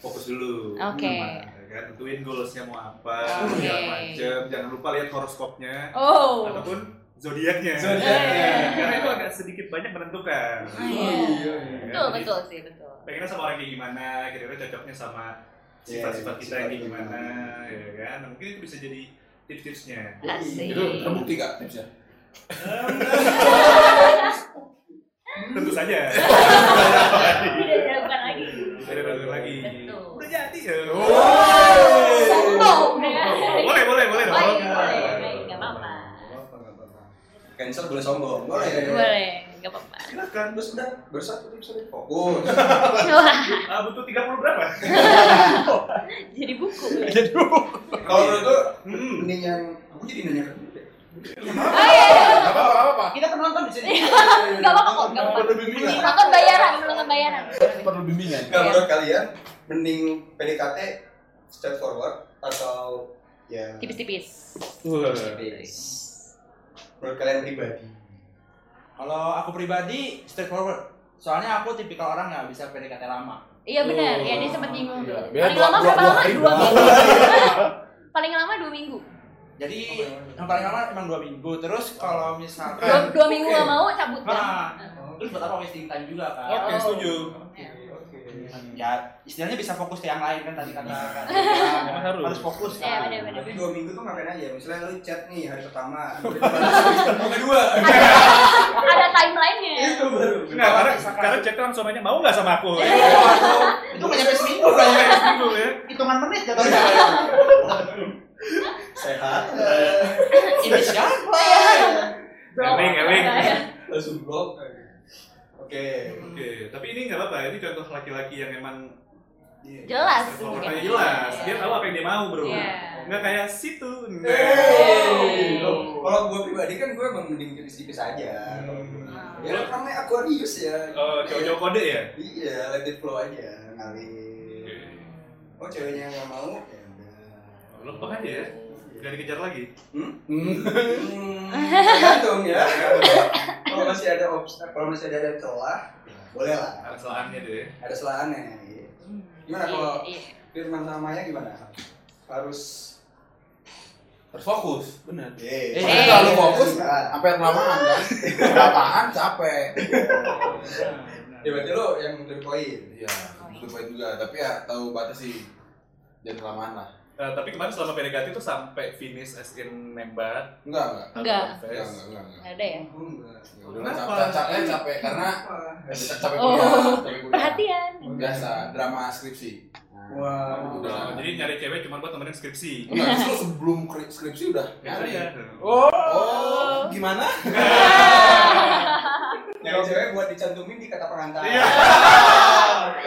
Speaker 2: fokus dulu.
Speaker 6: Oke.
Speaker 2: Nah, Kan tentuin goalsnya mau apa,
Speaker 6: Oke.
Speaker 2: segala macem. Jangan lupa lihat horoskopnya
Speaker 6: Oh.
Speaker 2: ataupun zodiaknya. Iya,
Speaker 4: Zodiaknya.
Speaker 2: Karena itu agak sedikit banyak menentukan.
Speaker 6: Ah, iya.
Speaker 4: Iya, iya.
Speaker 6: Betul, betul sih, betul.
Speaker 2: pengennya sama orang kayak gimana, kira-kira cocoknya sama sifat-sifat kita yang kayak gimana, ya kan? Nah, Mungkin itu bisa jadi tips-tipsnya.
Speaker 6: Asik.
Speaker 7: Itu terbukti kak tipsnya?
Speaker 2: Tentu saja.
Speaker 6: Tidak dilakukan lagi.
Speaker 2: Tidak ada ragu lagi.
Speaker 6: Betul.
Speaker 2: Udah jadi ya.
Speaker 3: Oh.
Speaker 6: Sombong ya.
Speaker 2: Boleh, boleh, boleh dong.
Speaker 6: Boleh, boleh, baik, nggak apa-apa.
Speaker 4: Cancel boleh sombong. Boleh. Kan,
Speaker 6: Boleh, nggak apa-apa.
Speaker 2: Silakan.
Speaker 4: Terus udah baru satu tips tadi fokus.
Speaker 6: Wah,
Speaker 2: Ah, butuh 30 berapa?
Speaker 6: jadi buku. ya?
Speaker 4: Kalau menurut gua
Speaker 2: Hmm.
Speaker 4: mending yang aku jadi nanya ke dia.
Speaker 7: Gak apa-apa, gak apa-apa
Speaker 3: Kita penonton di sini.
Speaker 6: Nggak apa-apa kok, nggak apa-apa.
Speaker 7: Perlu bimbingan
Speaker 6: Penonton bayaran, penonton bayaran.
Speaker 7: Perlu bimbingan
Speaker 4: Nggak, menurut kalian mending PDKT straight forward atau ya
Speaker 6: Tipis-tipis.
Speaker 4: tipis? Menurut kalian pribadi?
Speaker 3: Kalau aku pribadi straightforward. Soalnya aku tipikal orang nggak bisa PDKT lama.
Speaker 6: Iya benar, ya dia sempat bingung.
Speaker 7: Iya, biar
Speaker 6: Paling
Speaker 7: dua-
Speaker 6: lama
Speaker 7: dua-
Speaker 6: berapa
Speaker 7: dua
Speaker 6: lama?
Speaker 7: hari
Speaker 6: Dua
Speaker 7: doang.
Speaker 6: minggu. Paling lama dua minggu.
Speaker 3: Jadi yang paling lama emang dua minggu. Terus kalau misalkan
Speaker 6: Dua, dua minggu
Speaker 4: Oke.
Speaker 6: nggak mau cabut kan?
Speaker 3: Nah, terus buat apa wasting time juga kan?
Speaker 6: Oke, setuju.
Speaker 3: Ya, istilahnya bisa fokus ke yang lain kan tadi kata kata- kata-
Speaker 2: harus.
Speaker 3: harus fokus
Speaker 6: Iya,
Speaker 3: kan.
Speaker 6: benar-benar.
Speaker 4: Berarti dua minggu tuh ngapain aja? Misalnya lu chat nih hari pertama, hari kedua, kedua.
Speaker 6: Ada, ada timelinenya.
Speaker 4: Itu baru.
Speaker 2: Enggak, karena karena chat langsung nanya mau nggak sama aku.
Speaker 3: Itu nggak nyampe seminggu kan?
Speaker 2: Bingung ya.
Speaker 3: Hitungan menit jatuhnya.
Speaker 4: Sehat.
Speaker 3: Ini siapa?
Speaker 2: Eling, eling.
Speaker 6: Iya.
Speaker 4: Langsung blok. Oke.
Speaker 2: Oke, tapi ini nggak apa-apa. Ini contoh laki-laki yang emang
Speaker 6: Jelas. mungkin.
Speaker 2: formatnya jelas. Dia tahu apa yang dia mau, bro.
Speaker 6: Iya.
Speaker 2: Nggak kayak situ.
Speaker 4: Hey. Kalau gue pribadi kan gue emang mending tipis-tipis aja.
Speaker 6: Hmm.
Speaker 4: Ya namanya Aquarius ya.
Speaker 2: Oh, cowok-cowok kode ya?
Speaker 4: Iya, let it flow aja ngalir. Oh ceweknya nggak mau ya udah.
Speaker 2: Lempeng aja ya. Nggak dikejar lagi.
Speaker 4: Hmm, tergantung ya. Kalau masih ada obstacle, kalau masih ada, ada celah, ya boleh lah.
Speaker 2: Ada selahannya deh.
Speaker 4: Ada selahannya. gitu. Gimana
Speaker 6: Iya,
Speaker 4: kalau-
Speaker 6: iya.
Speaker 4: Firman sama Maya gimana? Harus.
Speaker 7: Harus fokus, bener
Speaker 4: Eh,
Speaker 7: Maksudnya terlalu fokus, sampai kelamaan kan Kelamaan capek
Speaker 2: Iya,
Speaker 4: Ya berarti lo yang dari poin.
Speaker 7: Iya, itu baik juga, tapi ya tahu batas sih Jangan kelamaan lah
Speaker 2: Eh, tapi kemarin selama PDKT tuh sampai finish as in nembak.
Speaker 7: Enggak, enggak
Speaker 6: Enggak.
Speaker 7: Enggak,
Speaker 2: Confess.
Speaker 7: enggak, enggak, enggak.
Speaker 6: Nggak ada ya?
Speaker 4: Oh, enggak.
Speaker 7: Ya udah lah,
Speaker 2: Kenapa?
Speaker 7: capek, capek, capek, karena eh, capek
Speaker 6: Oh.
Speaker 7: kuliah, capek kuliah.
Speaker 6: Perhatian.
Speaker 7: Biasa, drama skripsi
Speaker 4: Wah.
Speaker 2: Udah, jadi nyari cewek cuma buat temenin skripsi.
Speaker 7: Enggak, justru sebelum kri- skripsi udah nyari
Speaker 2: Iya.
Speaker 7: Oh, gimana?
Speaker 4: Nyari cewek buat dicantumin di kata pengantar.
Speaker 2: Iya.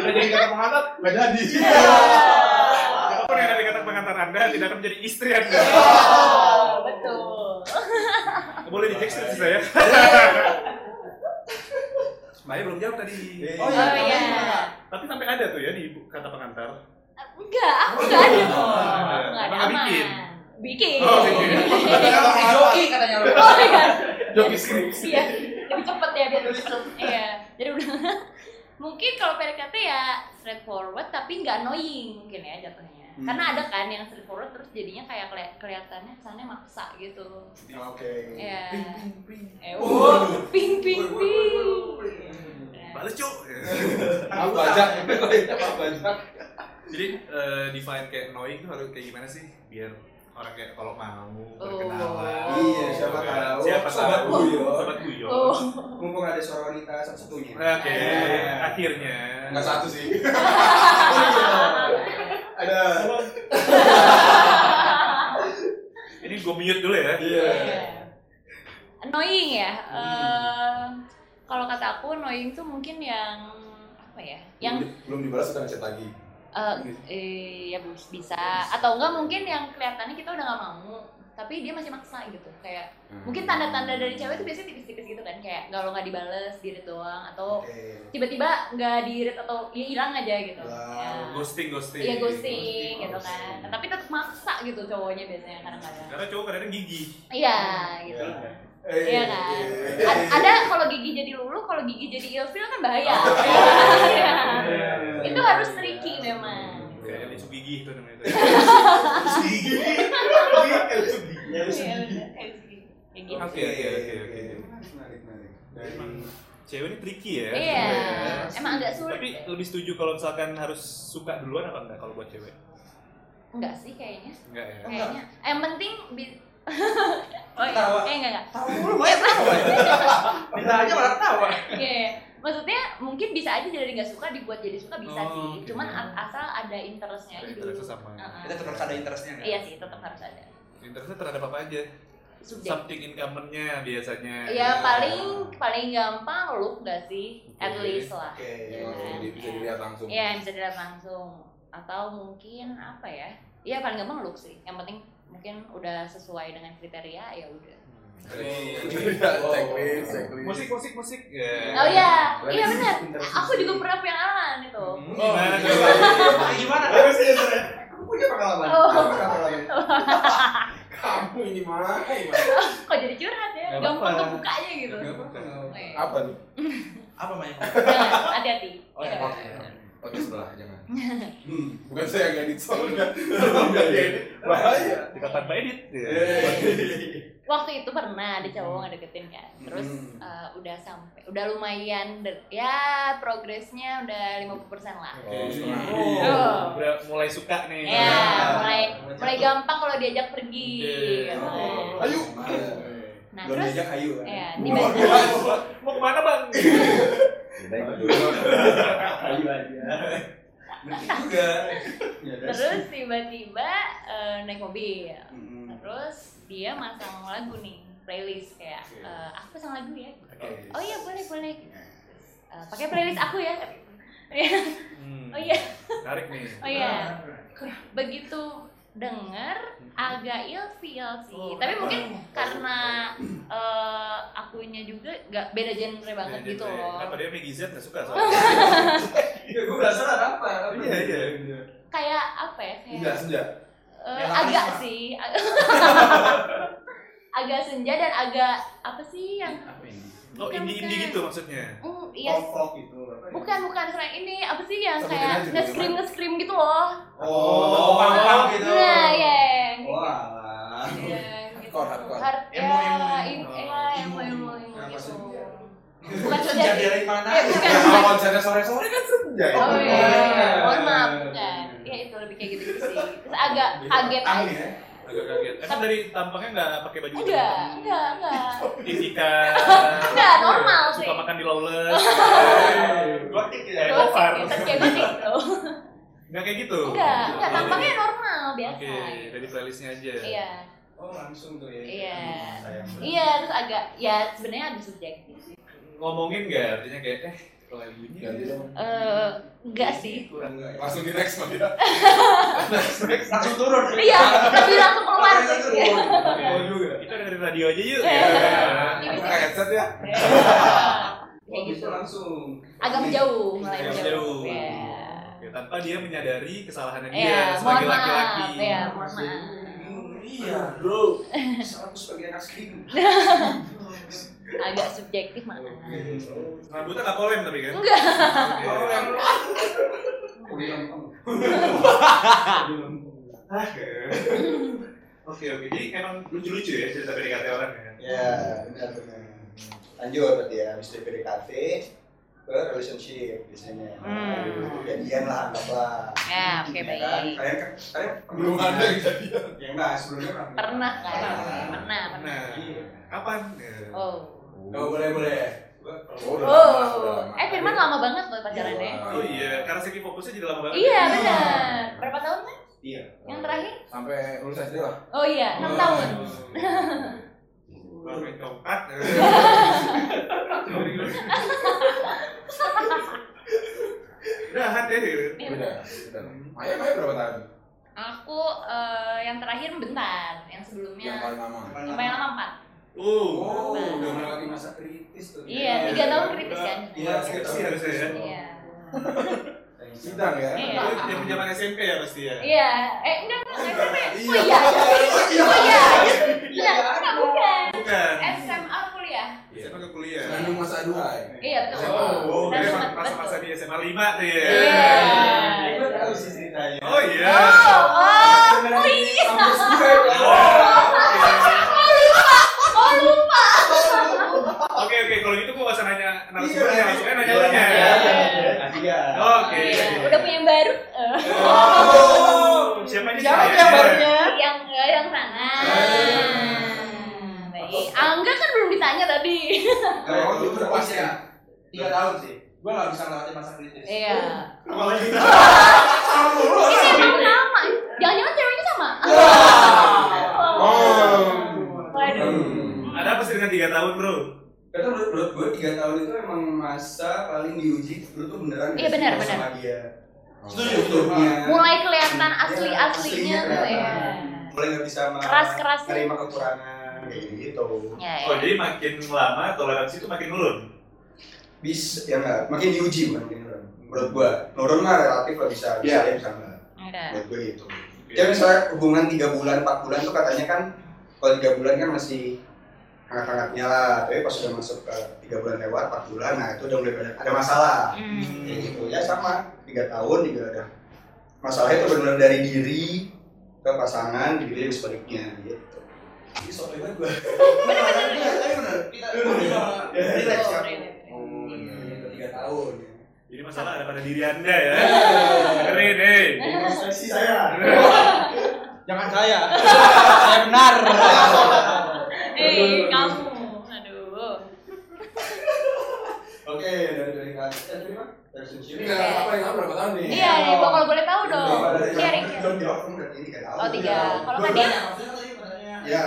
Speaker 10: Udah jadi kata pengantar,
Speaker 7: Gak jadi
Speaker 2: Apapun yang ada di kata pengantar Anda
Speaker 6: Iya.
Speaker 2: tidak akan menjadi istri Anda.
Speaker 6: Oh, Betul.
Speaker 2: Boleh dicek skripsi saya. Maya belum jawab tadi.
Speaker 4: Eh,
Speaker 3: Oh
Speaker 6: Oh
Speaker 3: iya.
Speaker 6: iya.
Speaker 2: Tapi sampai ada tuh ya di bu- kata pengantar.
Speaker 6: Enggak, aku enggak ada
Speaker 2: Oh,
Speaker 6: kok.
Speaker 2: ada.
Speaker 6: Enggak ada
Speaker 2: Emang
Speaker 6: aman.
Speaker 2: bikin?
Speaker 6: Bikin.
Speaker 2: Oh, bikin.
Speaker 3: Kalau pakai joki katanya lo.
Speaker 6: Oh my god.
Speaker 2: Joki skripsi.
Speaker 6: Iya, lebih cepet ya biar lebih cepet. Iya, jadi udah. Mungkin kalau PDKT ya straightforward tapi nggak annoying mungkin ya jatuhnya.
Speaker 2: Hmm.
Speaker 6: Karena ada kan yang straightforward terus jadinya kayak keli- kelihatannya kesannya maksa gitu.
Speaker 4: Oke.
Speaker 6: Iya.
Speaker 4: Wuh.
Speaker 6: Eh, wow, ping ping ping.
Speaker 2: Balas, Cuk.
Speaker 7: Aku pajak
Speaker 2: Jadi eh, define kayak annoying tuh harus kayak gimana sih biar orang kayak kalau mau berkenalan.
Speaker 6: Oh. Iya, siapa
Speaker 4: tahu.
Speaker 2: Siapa
Speaker 4: Sobat
Speaker 2: tahu.
Speaker 4: guyon.
Speaker 2: Sobat guyon.
Speaker 6: Oh,
Speaker 4: Mumpung ada sororitas satu-satunya.
Speaker 2: Oke,
Speaker 4: Eh.
Speaker 2: akhirnya.
Speaker 7: Enggak satu sih
Speaker 4: Ada.
Speaker 2: Ini gue mute dulu ya.
Speaker 4: Iya.
Speaker 6: annoying ya. Eh, kalau kata aku annoying tuh mungkin yang apa ya? Yang
Speaker 7: belum dibalas udah ngechat lagi
Speaker 6: Eh, eh, ya bis- bisa atau enggak mungkin yang kelihatannya kita udah nggak mau tapi dia masih maksa gitu kayak
Speaker 7: Hmm.
Speaker 6: mungkin tanda-tanda dari cewek tuh biasanya tipis-tipis gitu kan kayak kalau nggak dibales di read doang atau tiba-tiba nggak di read atau ya hilang aja gitu
Speaker 5: Wow,
Speaker 6: ya.
Speaker 2: ghosting ghosting
Speaker 6: Iya ghosting gitu kan,
Speaker 5: ghosting.
Speaker 6: tapi tetap maksa gitu cowoknya biasanya kadang-kadang.
Speaker 2: karena cowok kadang gigi
Speaker 6: Iya gitu. Iya kan. A- ada kalau gigi jadi lulu, kalau gigi jadi ilfil kan bahaya. Iya. itu harus tricky memang.
Speaker 2: kayak lisu gigi itu namanya itu
Speaker 5: Gigi.
Speaker 6: Iya bener, kayak gitu. Kayak gitu.
Speaker 2: oke oke oke oke
Speaker 4: Iya, Menarik, menarik.
Speaker 2: cewek ini tricky ya
Speaker 6: Iya, emang agak sulit.
Speaker 2: tapi lebih setuju kalau misalkan harus suka duluan apa enggak kalau buat cewek
Speaker 6: Enggak sih kayaknya.
Speaker 2: enggak ya
Speaker 6: Kayaknya. Eh, Yang penting bi- Oh iya,
Speaker 4: Ketawa.
Speaker 6: eh enggak enggak.
Speaker 4: Tahu lu banyak tahu. Minta aja malah ketawa.
Speaker 6: Oke. Iya, Maksudnya mungkin bisa aja dari nggak suka dibuat jadi suka bisa
Speaker 2: Oh,
Speaker 6: sih.
Speaker 2: oke.
Speaker 6: Cuman a- asal ada interestnya aja dulu.
Speaker 2: interestnya sama
Speaker 6: Heeh.
Speaker 4: Kita tetap harus ada interestnya kan.
Speaker 6: Iya sih, tetap harus ada.
Speaker 2: interestnya terhadap apa aja
Speaker 6: Subjek.
Speaker 2: something in common-nya biasanya
Speaker 6: Ya paling paling gampang look nggak sih? At
Speaker 2: Oke.
Speaker 6: least lah.
Speaker 5: Oke.
Speaker 7: Yang langsung di- bisa dilihat langsung.
Speaker 6: Iya, yang bisa dilihat langsung. Atau mungkin apa ya? Iya paling gampang look sih. Yang penting mungkin udah sesuai dengan kriteria ya udah.
Speaker 7: Iya, Checklist, checklist.
Speaker 2: musik musik musik
Speaker 6: Oh
Speaker 2: ya
Speaker 6: iya, iya benar. Aku juga pernah punya alaman itu.
Speaker 2: Mm-hmm. Hmm, gimana tuh?
Speaker 4: Kayak gimana?
Speaker 5: Bagus ya, Sre. Kamu punya pengalaman?
Speaker 6: Oh.
Speaker 5: Kamu punya pengalaman? Kamu ini mah.
Speaker 6: Kok jadi curhat ya?
Speaker 2: Nggak
Speaker 6: Gampang
Speaker 2: apa-apa.
Speaker 6: kebuka aja gitu.
Speaker 2: Nggak apa-apa.
Speaker 6: Oke.
Speaker 7: Apa nih?
Speaker 4: Apa main?
Speaker 6: Jangan, hati-hati.
Speaker 7: Oh,
Speaker 6: Iya.
Speaker 7: emang. Oh, di sebelah jangan. Hmm, bukan saya yang edit soalnya. Enggak edit. Bahaya.
Speaker 2: kita tanpa Iya. edit ya.
Speaker 6: Waktu itu pernah ada
Speaker 2: Mm-hmm.
Speaker 6: cowok ngedeketin kan. Terus eh, udah sampai, udah lumayan de- ya progresnya udah 50% lah.
Speaker 7: Oh, setengah.
Speaker 6: Oh.
Speaker 2: udah mulai suka nih
Speaker 6: Ya, mulai mulai gampang kalau diajak pergi.
Speaker 2: Iya.
Speaker 6: gitu.
Speaker 7: Oh,
Speaker 2: Oh.
Speaker 7: Ayo.
Speaker 6: Nah,
Speaker 5: Belum
Speaker 6: terus
Speaker 5: diajak ayu. kan?
Speaker 6: ya tiba-tiba
Speaker 5: Waduh.
Speaker 2: mau kemana bang
Speaker 5: Ayu aja. Bener juga. Ya, dah.
Speaker 6: terus tiba-tiba eh, naik mobil.
Speaker 5: Mm-mm.
Speaker 6: Terus dia masang lagu nih, playlist kayak eh, aku pasang lagu ya. Oh iya boleh boleh. Terus, eh, pakai playlist aku ya.
Speaker 2: Hmm.
Speaker 6: Oh iya,
Speaker 2: menarik nih
Speaker 6: oh iya. Begitu denger agak ilfeel sih. Tapi mungkin karena eh, akunya juga gak beda genre banget
Speaker 2: Iya,
Speaker 6: gitu
Speaker 2: iya.
Speaker 6: loh.
Speaker 2: Kenapa dia Meggy Z nggak suka soalnya?
Speaker 4: Ya gue penasaran apa.
Speaker 2: Iya, iya.
Speaker 6: Kayak apa ya? Kayak
Speaker 7: Enggak, Iya, senja.
Speaker 6: Eh,
Speaker 4: Ya,
Speaker 6: agak
Speaker 4: karisma.
Speaker 6: sih ag- agak senja dan agak apa sih yang
Speaker 2: Oh,
Speaker 6: Bukan,
Speaker 2: indie-indie
Speaker 6: bukan.
Speaker 2: gitu maksudnya.
Speaker 6: mm, iya
Speaker 5: Folk-folk gitu. apa ya?
Speaker 6: bukan bukan selain ini apa sih yang
Speaker 7: Sebutin aja
Speaker 6: kayak
Speaker 7: dulu,
Speaker 6: nge scream nge scream gitu loh
Speaker 5: Oh,
Speaker 4: pang-pang gitu. Oh,
Speaker 6: nah ya
Speaker 5: Wah.
Speaker 6: gitu.
Speaker 7: Hardcore, hardcore.
Speaker 6: emo emo
Speaker 4: Emo,
Speaker 6: iya, emo
Speaker 4: emo.
Speaker 6: emo emo
Speaker 4: Kenapa
Speaker 6: gitu
Speaker 4: senja?
Speaker 6: bukan senja
Speaker 4: Sejak
Speaker 6: sih.
Speaker 4: dari mana?
Speaker 6: Eh, bukan.
Speaker 7: Kalau konsernya sore-sore kan senja ya.
Speaker 6: oh iya
Speaker 4: Bukan.
Speaker 6: mohon maaf bukan ya itu lebih kayak gitu gitu sih terus agak kaget
Speaker 5: Tangan
Speaker 6: aja
Speaker 5: ya.
Speaker 2: Agak kaget. Emang Kan dari tampangnya nggak pakai baju gitu,
Speaker 6: enggak enggak enggak
Speaker 2: Indika.
Speaker 6: enggak normal sih
Speaker 2: Suka makan di lawless.
Speaker 5: Gotik ya.
Speaker 2: Eh,
Speaker 6: Gosip
Speaker 2: gopar.
Speaker 6: ya, tapi kayak gosip loh.
Speaker 2: Nggak kayak gitu.
Speaker 6: Enggak, enggak tampangnya normal biasa.
Speaker 2: Oke, dari playlistnya aja.
Speaker 6: Iya.
Speaker 5: Oh, langsung tuh ya.
Speaker 6: Iya.
Speaker 5: Sayang.
Speaker 6: Iya, terus agak ya sebenarnya agak subjektif.
Speaker 2: Ngomongin nggak? Artinya kayak eh lagunya.
Speaker 7: Ganti dong.
Speaker 6: Eh, enggak sih.
Speaker 2: Kurang nggak.
Speaker 7: Langsung di next Pak, ya.
Speaker 4: Langsung turun.
Speaker 6: Iya, lebih langsung keluar sih. Iya.
Speaker 2: Oh, juga. Kita dengerin radio aja yuk.
Speaker 6: Iya.
Speaker 7: Aku pakai headset ya.
Speaker 6: Kayak gitu.
Speaker 4: langsung.
Speaker 6: Iya. Agak menjauh, mulai
Speaker 2: Agak
Speaker 6: menjauh.
Speaker 2: menjauh.
Speaker 6: Iya.
Speaker 2: Ya, tanpa dia menyadari kesalahannya
Speaker 6: Iya,
Speaker 2: dia
Speaker 6: mohon
Speaker 2: sebagai
Speaker 6: maaf.
Speaker 2: laki-laki.
Speaker 6: Iya, mohon maaf.
Speaker 4: Iya, bro. Salah aku sebagai anak screen.
Speaker 6: Agak subjektif mah.
Speaker 2: Hmm. Rambutnya nggak polem tapi kan?
Speaker 6: Enggak.
Speaker 2: Oke. Oke oke, jadi emang lucu-lucu ya cerita PDKT orang ya?
Speaker 6: Iya.
Speaker 5: Ya, benar benar. Lanjut berarti ya, habis dari PDKT ke relationship biasanya.
Speaker 6: Hmm.
Speaker 5: Jadian lah, anggaplah.
Speaker 6: Ya, oke
Speaker 5: Ya kan?
Speaker 6: baik.
Speaker 5: Kalian kan, kalian
Speaker 7: Belum ada yang jadi.
Speaker 5: Ya enggak, sebelumnya pernah.
Speaker 6: Pernah kan?
Speaker 5: Pernah.
Speaker 6: Pernah, pernah.
Speaker 5: Iya.
Speaker 2: Nah, Kapan? Ya.
Speaker 6: Oh.
Speaker 5: Oh, boleh boleh.
Speaker 7: Oh, udah lama, udah
Speaker 6: Oh,
Speaker 7: lama.
Speaker 6: eh Firman lama banget loh pacarannya.
Speaker 2: Oh iya, karena saking fokusnya jadi lama banget. ya?
Speaker 6: Iya benar. Berapa tahun kan?
Speaker 5: Iya.
Speaker 6: Yang terakhir?
Speaker 7: Sampai lulus SD lah.
Speaker 6: Oh iya, enam
Speaker 7: Oh.
Speaker 6: tahun.
Speaker 2: Baru yang keempat. ya. Udahan deh.
Speaker 6: Iya,
Speaker 7: Udah,
Speaker 6: benar.
Speaker 7: udah. Maya, Maya berapa tahun?
Speaker 6: Aku eh, yang terakhir bentar, yang sebelumnya
Speaker 7: Yang paling
Speaker 2: Uh.
Speaker 4: Oh, udah melewati masa kritis tuh.
Speaker 6: Iya, tiga tahun kritis kan.
Speaker 4: Iya,
Speaker 2: skripsi harusnya ya.
Speaker 6: Iya.
Speaker 7: sidang ya
Speaker 6: Iya.
Speaker 2: Lu Dia pinjaman SMP ya pasti ya.
Speaker 6: Iya, eh enggak enggak SMP.
Speaker 7: Iya.
Speaker 6: Oh, iya. Oh, iya.
Speaker 4: Iya,
Speaker 6: Enggak bukan.
Speaker 2: Bukan.
Speaker 6: Eh? SMA kuliah.
Speaker 2: SMA ke kuliah.
Speaker 7: Bandung Iya. masa dua ya.
Speaker 6: Iya, betul.
Speaker 2: Oh,
Speaker 6: Betul,
Speaker 2: dia
Speaker 6: betul.
Speaker 2: masa-masa di SMA 5 tuh ya.
Speaker 6: Iya.
Speaker 5: Gue tahu sih ceritanya.
Speaker 2: Oh iya.
Speaker 6: Oh, oh.
Speaker 4: Beneran ini kampus gue.
Speaker 6: Oh, lupa. Oh, lupa.
Speaker 2: Oke oke kalau gitu gua gak usah nanya
Speaker 5: Iya.
Speaker 2: narasumbernya, langsung aja nanya
Speaker 5: Iya,
Speaker 2: lu nya.
Speaker 5: iya, iya. Iya.
Speaker 2: Oke.
Speaker 6: Iya, udah punya yang baru? Eh,
Speaker 2: Oh, siapa ini?
Speaker 3: Siapa yang barunya?
Speaker 6: yang eh, yang sana. Hmm, Baik. Angga kan belum ditanya tadi.
Speaker 4: Kalau itu udah pasti ya.
Speaker 3: Tiga tahun sih. Gue nggak bisa melewati masa kritis.
Speaker 6: Iya.
Speaker 2: Apalagi kita.
Speaker 6: Ini
Speaker 2: Iya.
Speaker 6: emang sama. Jangan-jangan ceweknya sama.
Speaker 7: Oh.
Speaker 6: Waduh.
Speaker 2: Ada apa sih dengan 3 tahun, Bro?
Speaker 4: Karena menurut, menurut gue tiga tahun itu emang masa paling diuji lu tuh beneran
Speaker 6: Iya, benar,
Speaker 4: sama
Speaker 6: benar.
Speaker 4: dia.
Speaker 7: setuju
Speaker 4: Strukturnya.
Speaker 6: Mulai kelihatan
Speaker 4: Iya,
Speaker 6: asli-aslinya
Speaker 4: aslinya
Speaker 6: tuh ya.
Speaker 4: kelihatan. Mulai nggak bisa ma-
Speaker 6: Keras-kerasnya.
Speaker 4: nerima kekurangan kayak gitu.
Speaker 6: Ya, ya.
Speaker 2: Oh, jadi makin lama toleransi itu makin nurun.
Speaker 4: Bis ya nggak makin diuji bukan makin nurun. Menurut gue nurun mah relatif lah bisa bisa
Speaker 7: Iya.
Speaker 4: dia bisa nggak.
Speaker 6: Udah.
Speaker 4: Menurut gue gitu. Ya misalnya hubungan 3 bulan, 4 bulan tuh katanya kan kalau 3 bulan kan masih hangat-hangatnya lah tapi pas sudah masuk ke 3 bulan lewat, 4 bulan, nah itu udah mulai banyak ada masalah
Speaker 6: Hmm.
Speaker 4: kayak gitu ya sama 3 tahun juga ada masalahnya itu benar-benar dari diri ke pasangan, diri dan sebaliknya gitu jadi soalnya banget gue
Speaker 6: Bener-bener.
Speaker 3: Kita
Speaker 4: relax
Speaker 6: Oh,
Speaker 4: ya
Speaker 6: relax.
Speaker 4: Oh, gitu, tiga tahun
Speaker 2: Jadi masalah ada pada diri Anda ya. Keren, eh.
Speaker 4: Konstruksi saya
Speaker 3: Jangan saya. saya benar.
Speaker 6: Eh, kamu. Aduh.
Speaker 4: Oke, dari dari kalian Eh, terima Relationship
Speaker 6: Iya.
Speaker 4: apa yang berapa tahun nih?
Speaker 6: Iya, ya, Bo, kalau boleh tahu dong. Sharing. sharing.
Speaker 4: Belum jawab, belum berarti ini tiga tahun.
Speaker 6: Oh, tiga. Kalau tadi,
Speaker 4: Ya.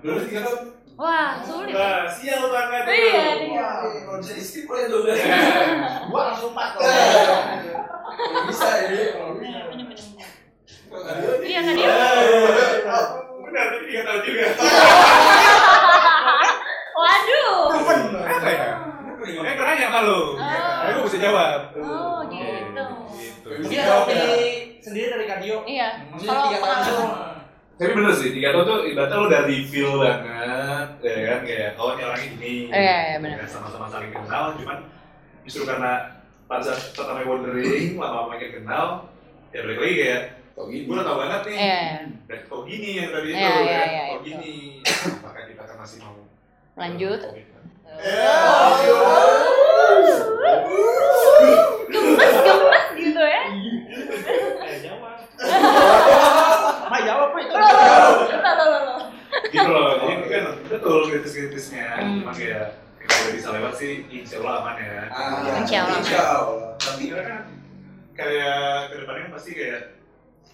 Speaker 4: Belum tiga tahun.
Speaker 6: wah, sulit.
Speaker 2: Wah, sial banget. Bro.
Speaker 6: Iya, iya.
Speaker 4: Kalau bisa istri boleh dua belas.
Speaker 3: Gua langsung empat loh.
Speaker 4: Kalau bisa
Speaker 7: ya?
Speaker 4: ini. kalau bisa.
Speaker 6: Iya, Bener-bener.
Speaker 4: Kalau nggak ada,
Speaker 6: Iya, kan dia?
Speaker 2: Wah, Benar, tapi tiga tahun juga.
Speaker 6: Waduh.
Speaker 2: Apa ya? Makanya gue nanya sama lu. Tapi gue bisa jawab.
Speaker 6: Oh, gitu.
Speaker 2: Gitu.
Speaker 3: Mungkin ada opini sendiri dari Kardio.
Speaker 6: Iya.
Speaker 3: Maksudnya
Speaker 6: Kalau
Speaker 3: tiga tahun itu
Speaker 10: Tapi bener sih, tiga tahun tuh ibaratnya lo udah reveal banget, ya kan kayak oh ini orangnya ini.
Speaker 6: Iya, iya, bener.
Speaker 10: Ya, sama-sama saling kenal, cuman justru karena pada saat pertama wondering, lama-lama makin kenal, ya balik lagi kayak
Speaker 7: Tau
Speaker 10: gue
Speaker 7: gini.
Speaker 10: udah tau banget nih.
Speaker 6: Iya,
Speaker 10: Dan kok gini yang tadi itu,
Speaker 6: Iya,
Speaker 10: kan?
Speaker 6: iya, iya,
Speaker 10: kok
Speaker 6: itu.
Speaker 10: gini. Maka kita akan masih mau eh, gitu
Speaker 6: lanjut.
Speaker 10: berkomitmen.
Speaker 6: Gemes, gemes gitu ya.
Speaker 10: Eh, jawab.
Speaker 3: Mai jawab apa itu?
Speaker 6: Loh, loh, loh, loh, loh.
Speaker 10: gitu loh jadi ini kan betul kritis-kritisnya
Speaker 6: Hmm.
Speaker 10: cuma kayak kalau udah bisa lewat sih insya Allah aman ya
Speaker 4: Ah,
Speaker 6: Insya Allah.
Speaker 4: Insya Allah. Tapi
Speaker 10: kira kan kayak kedepannya pasti kayak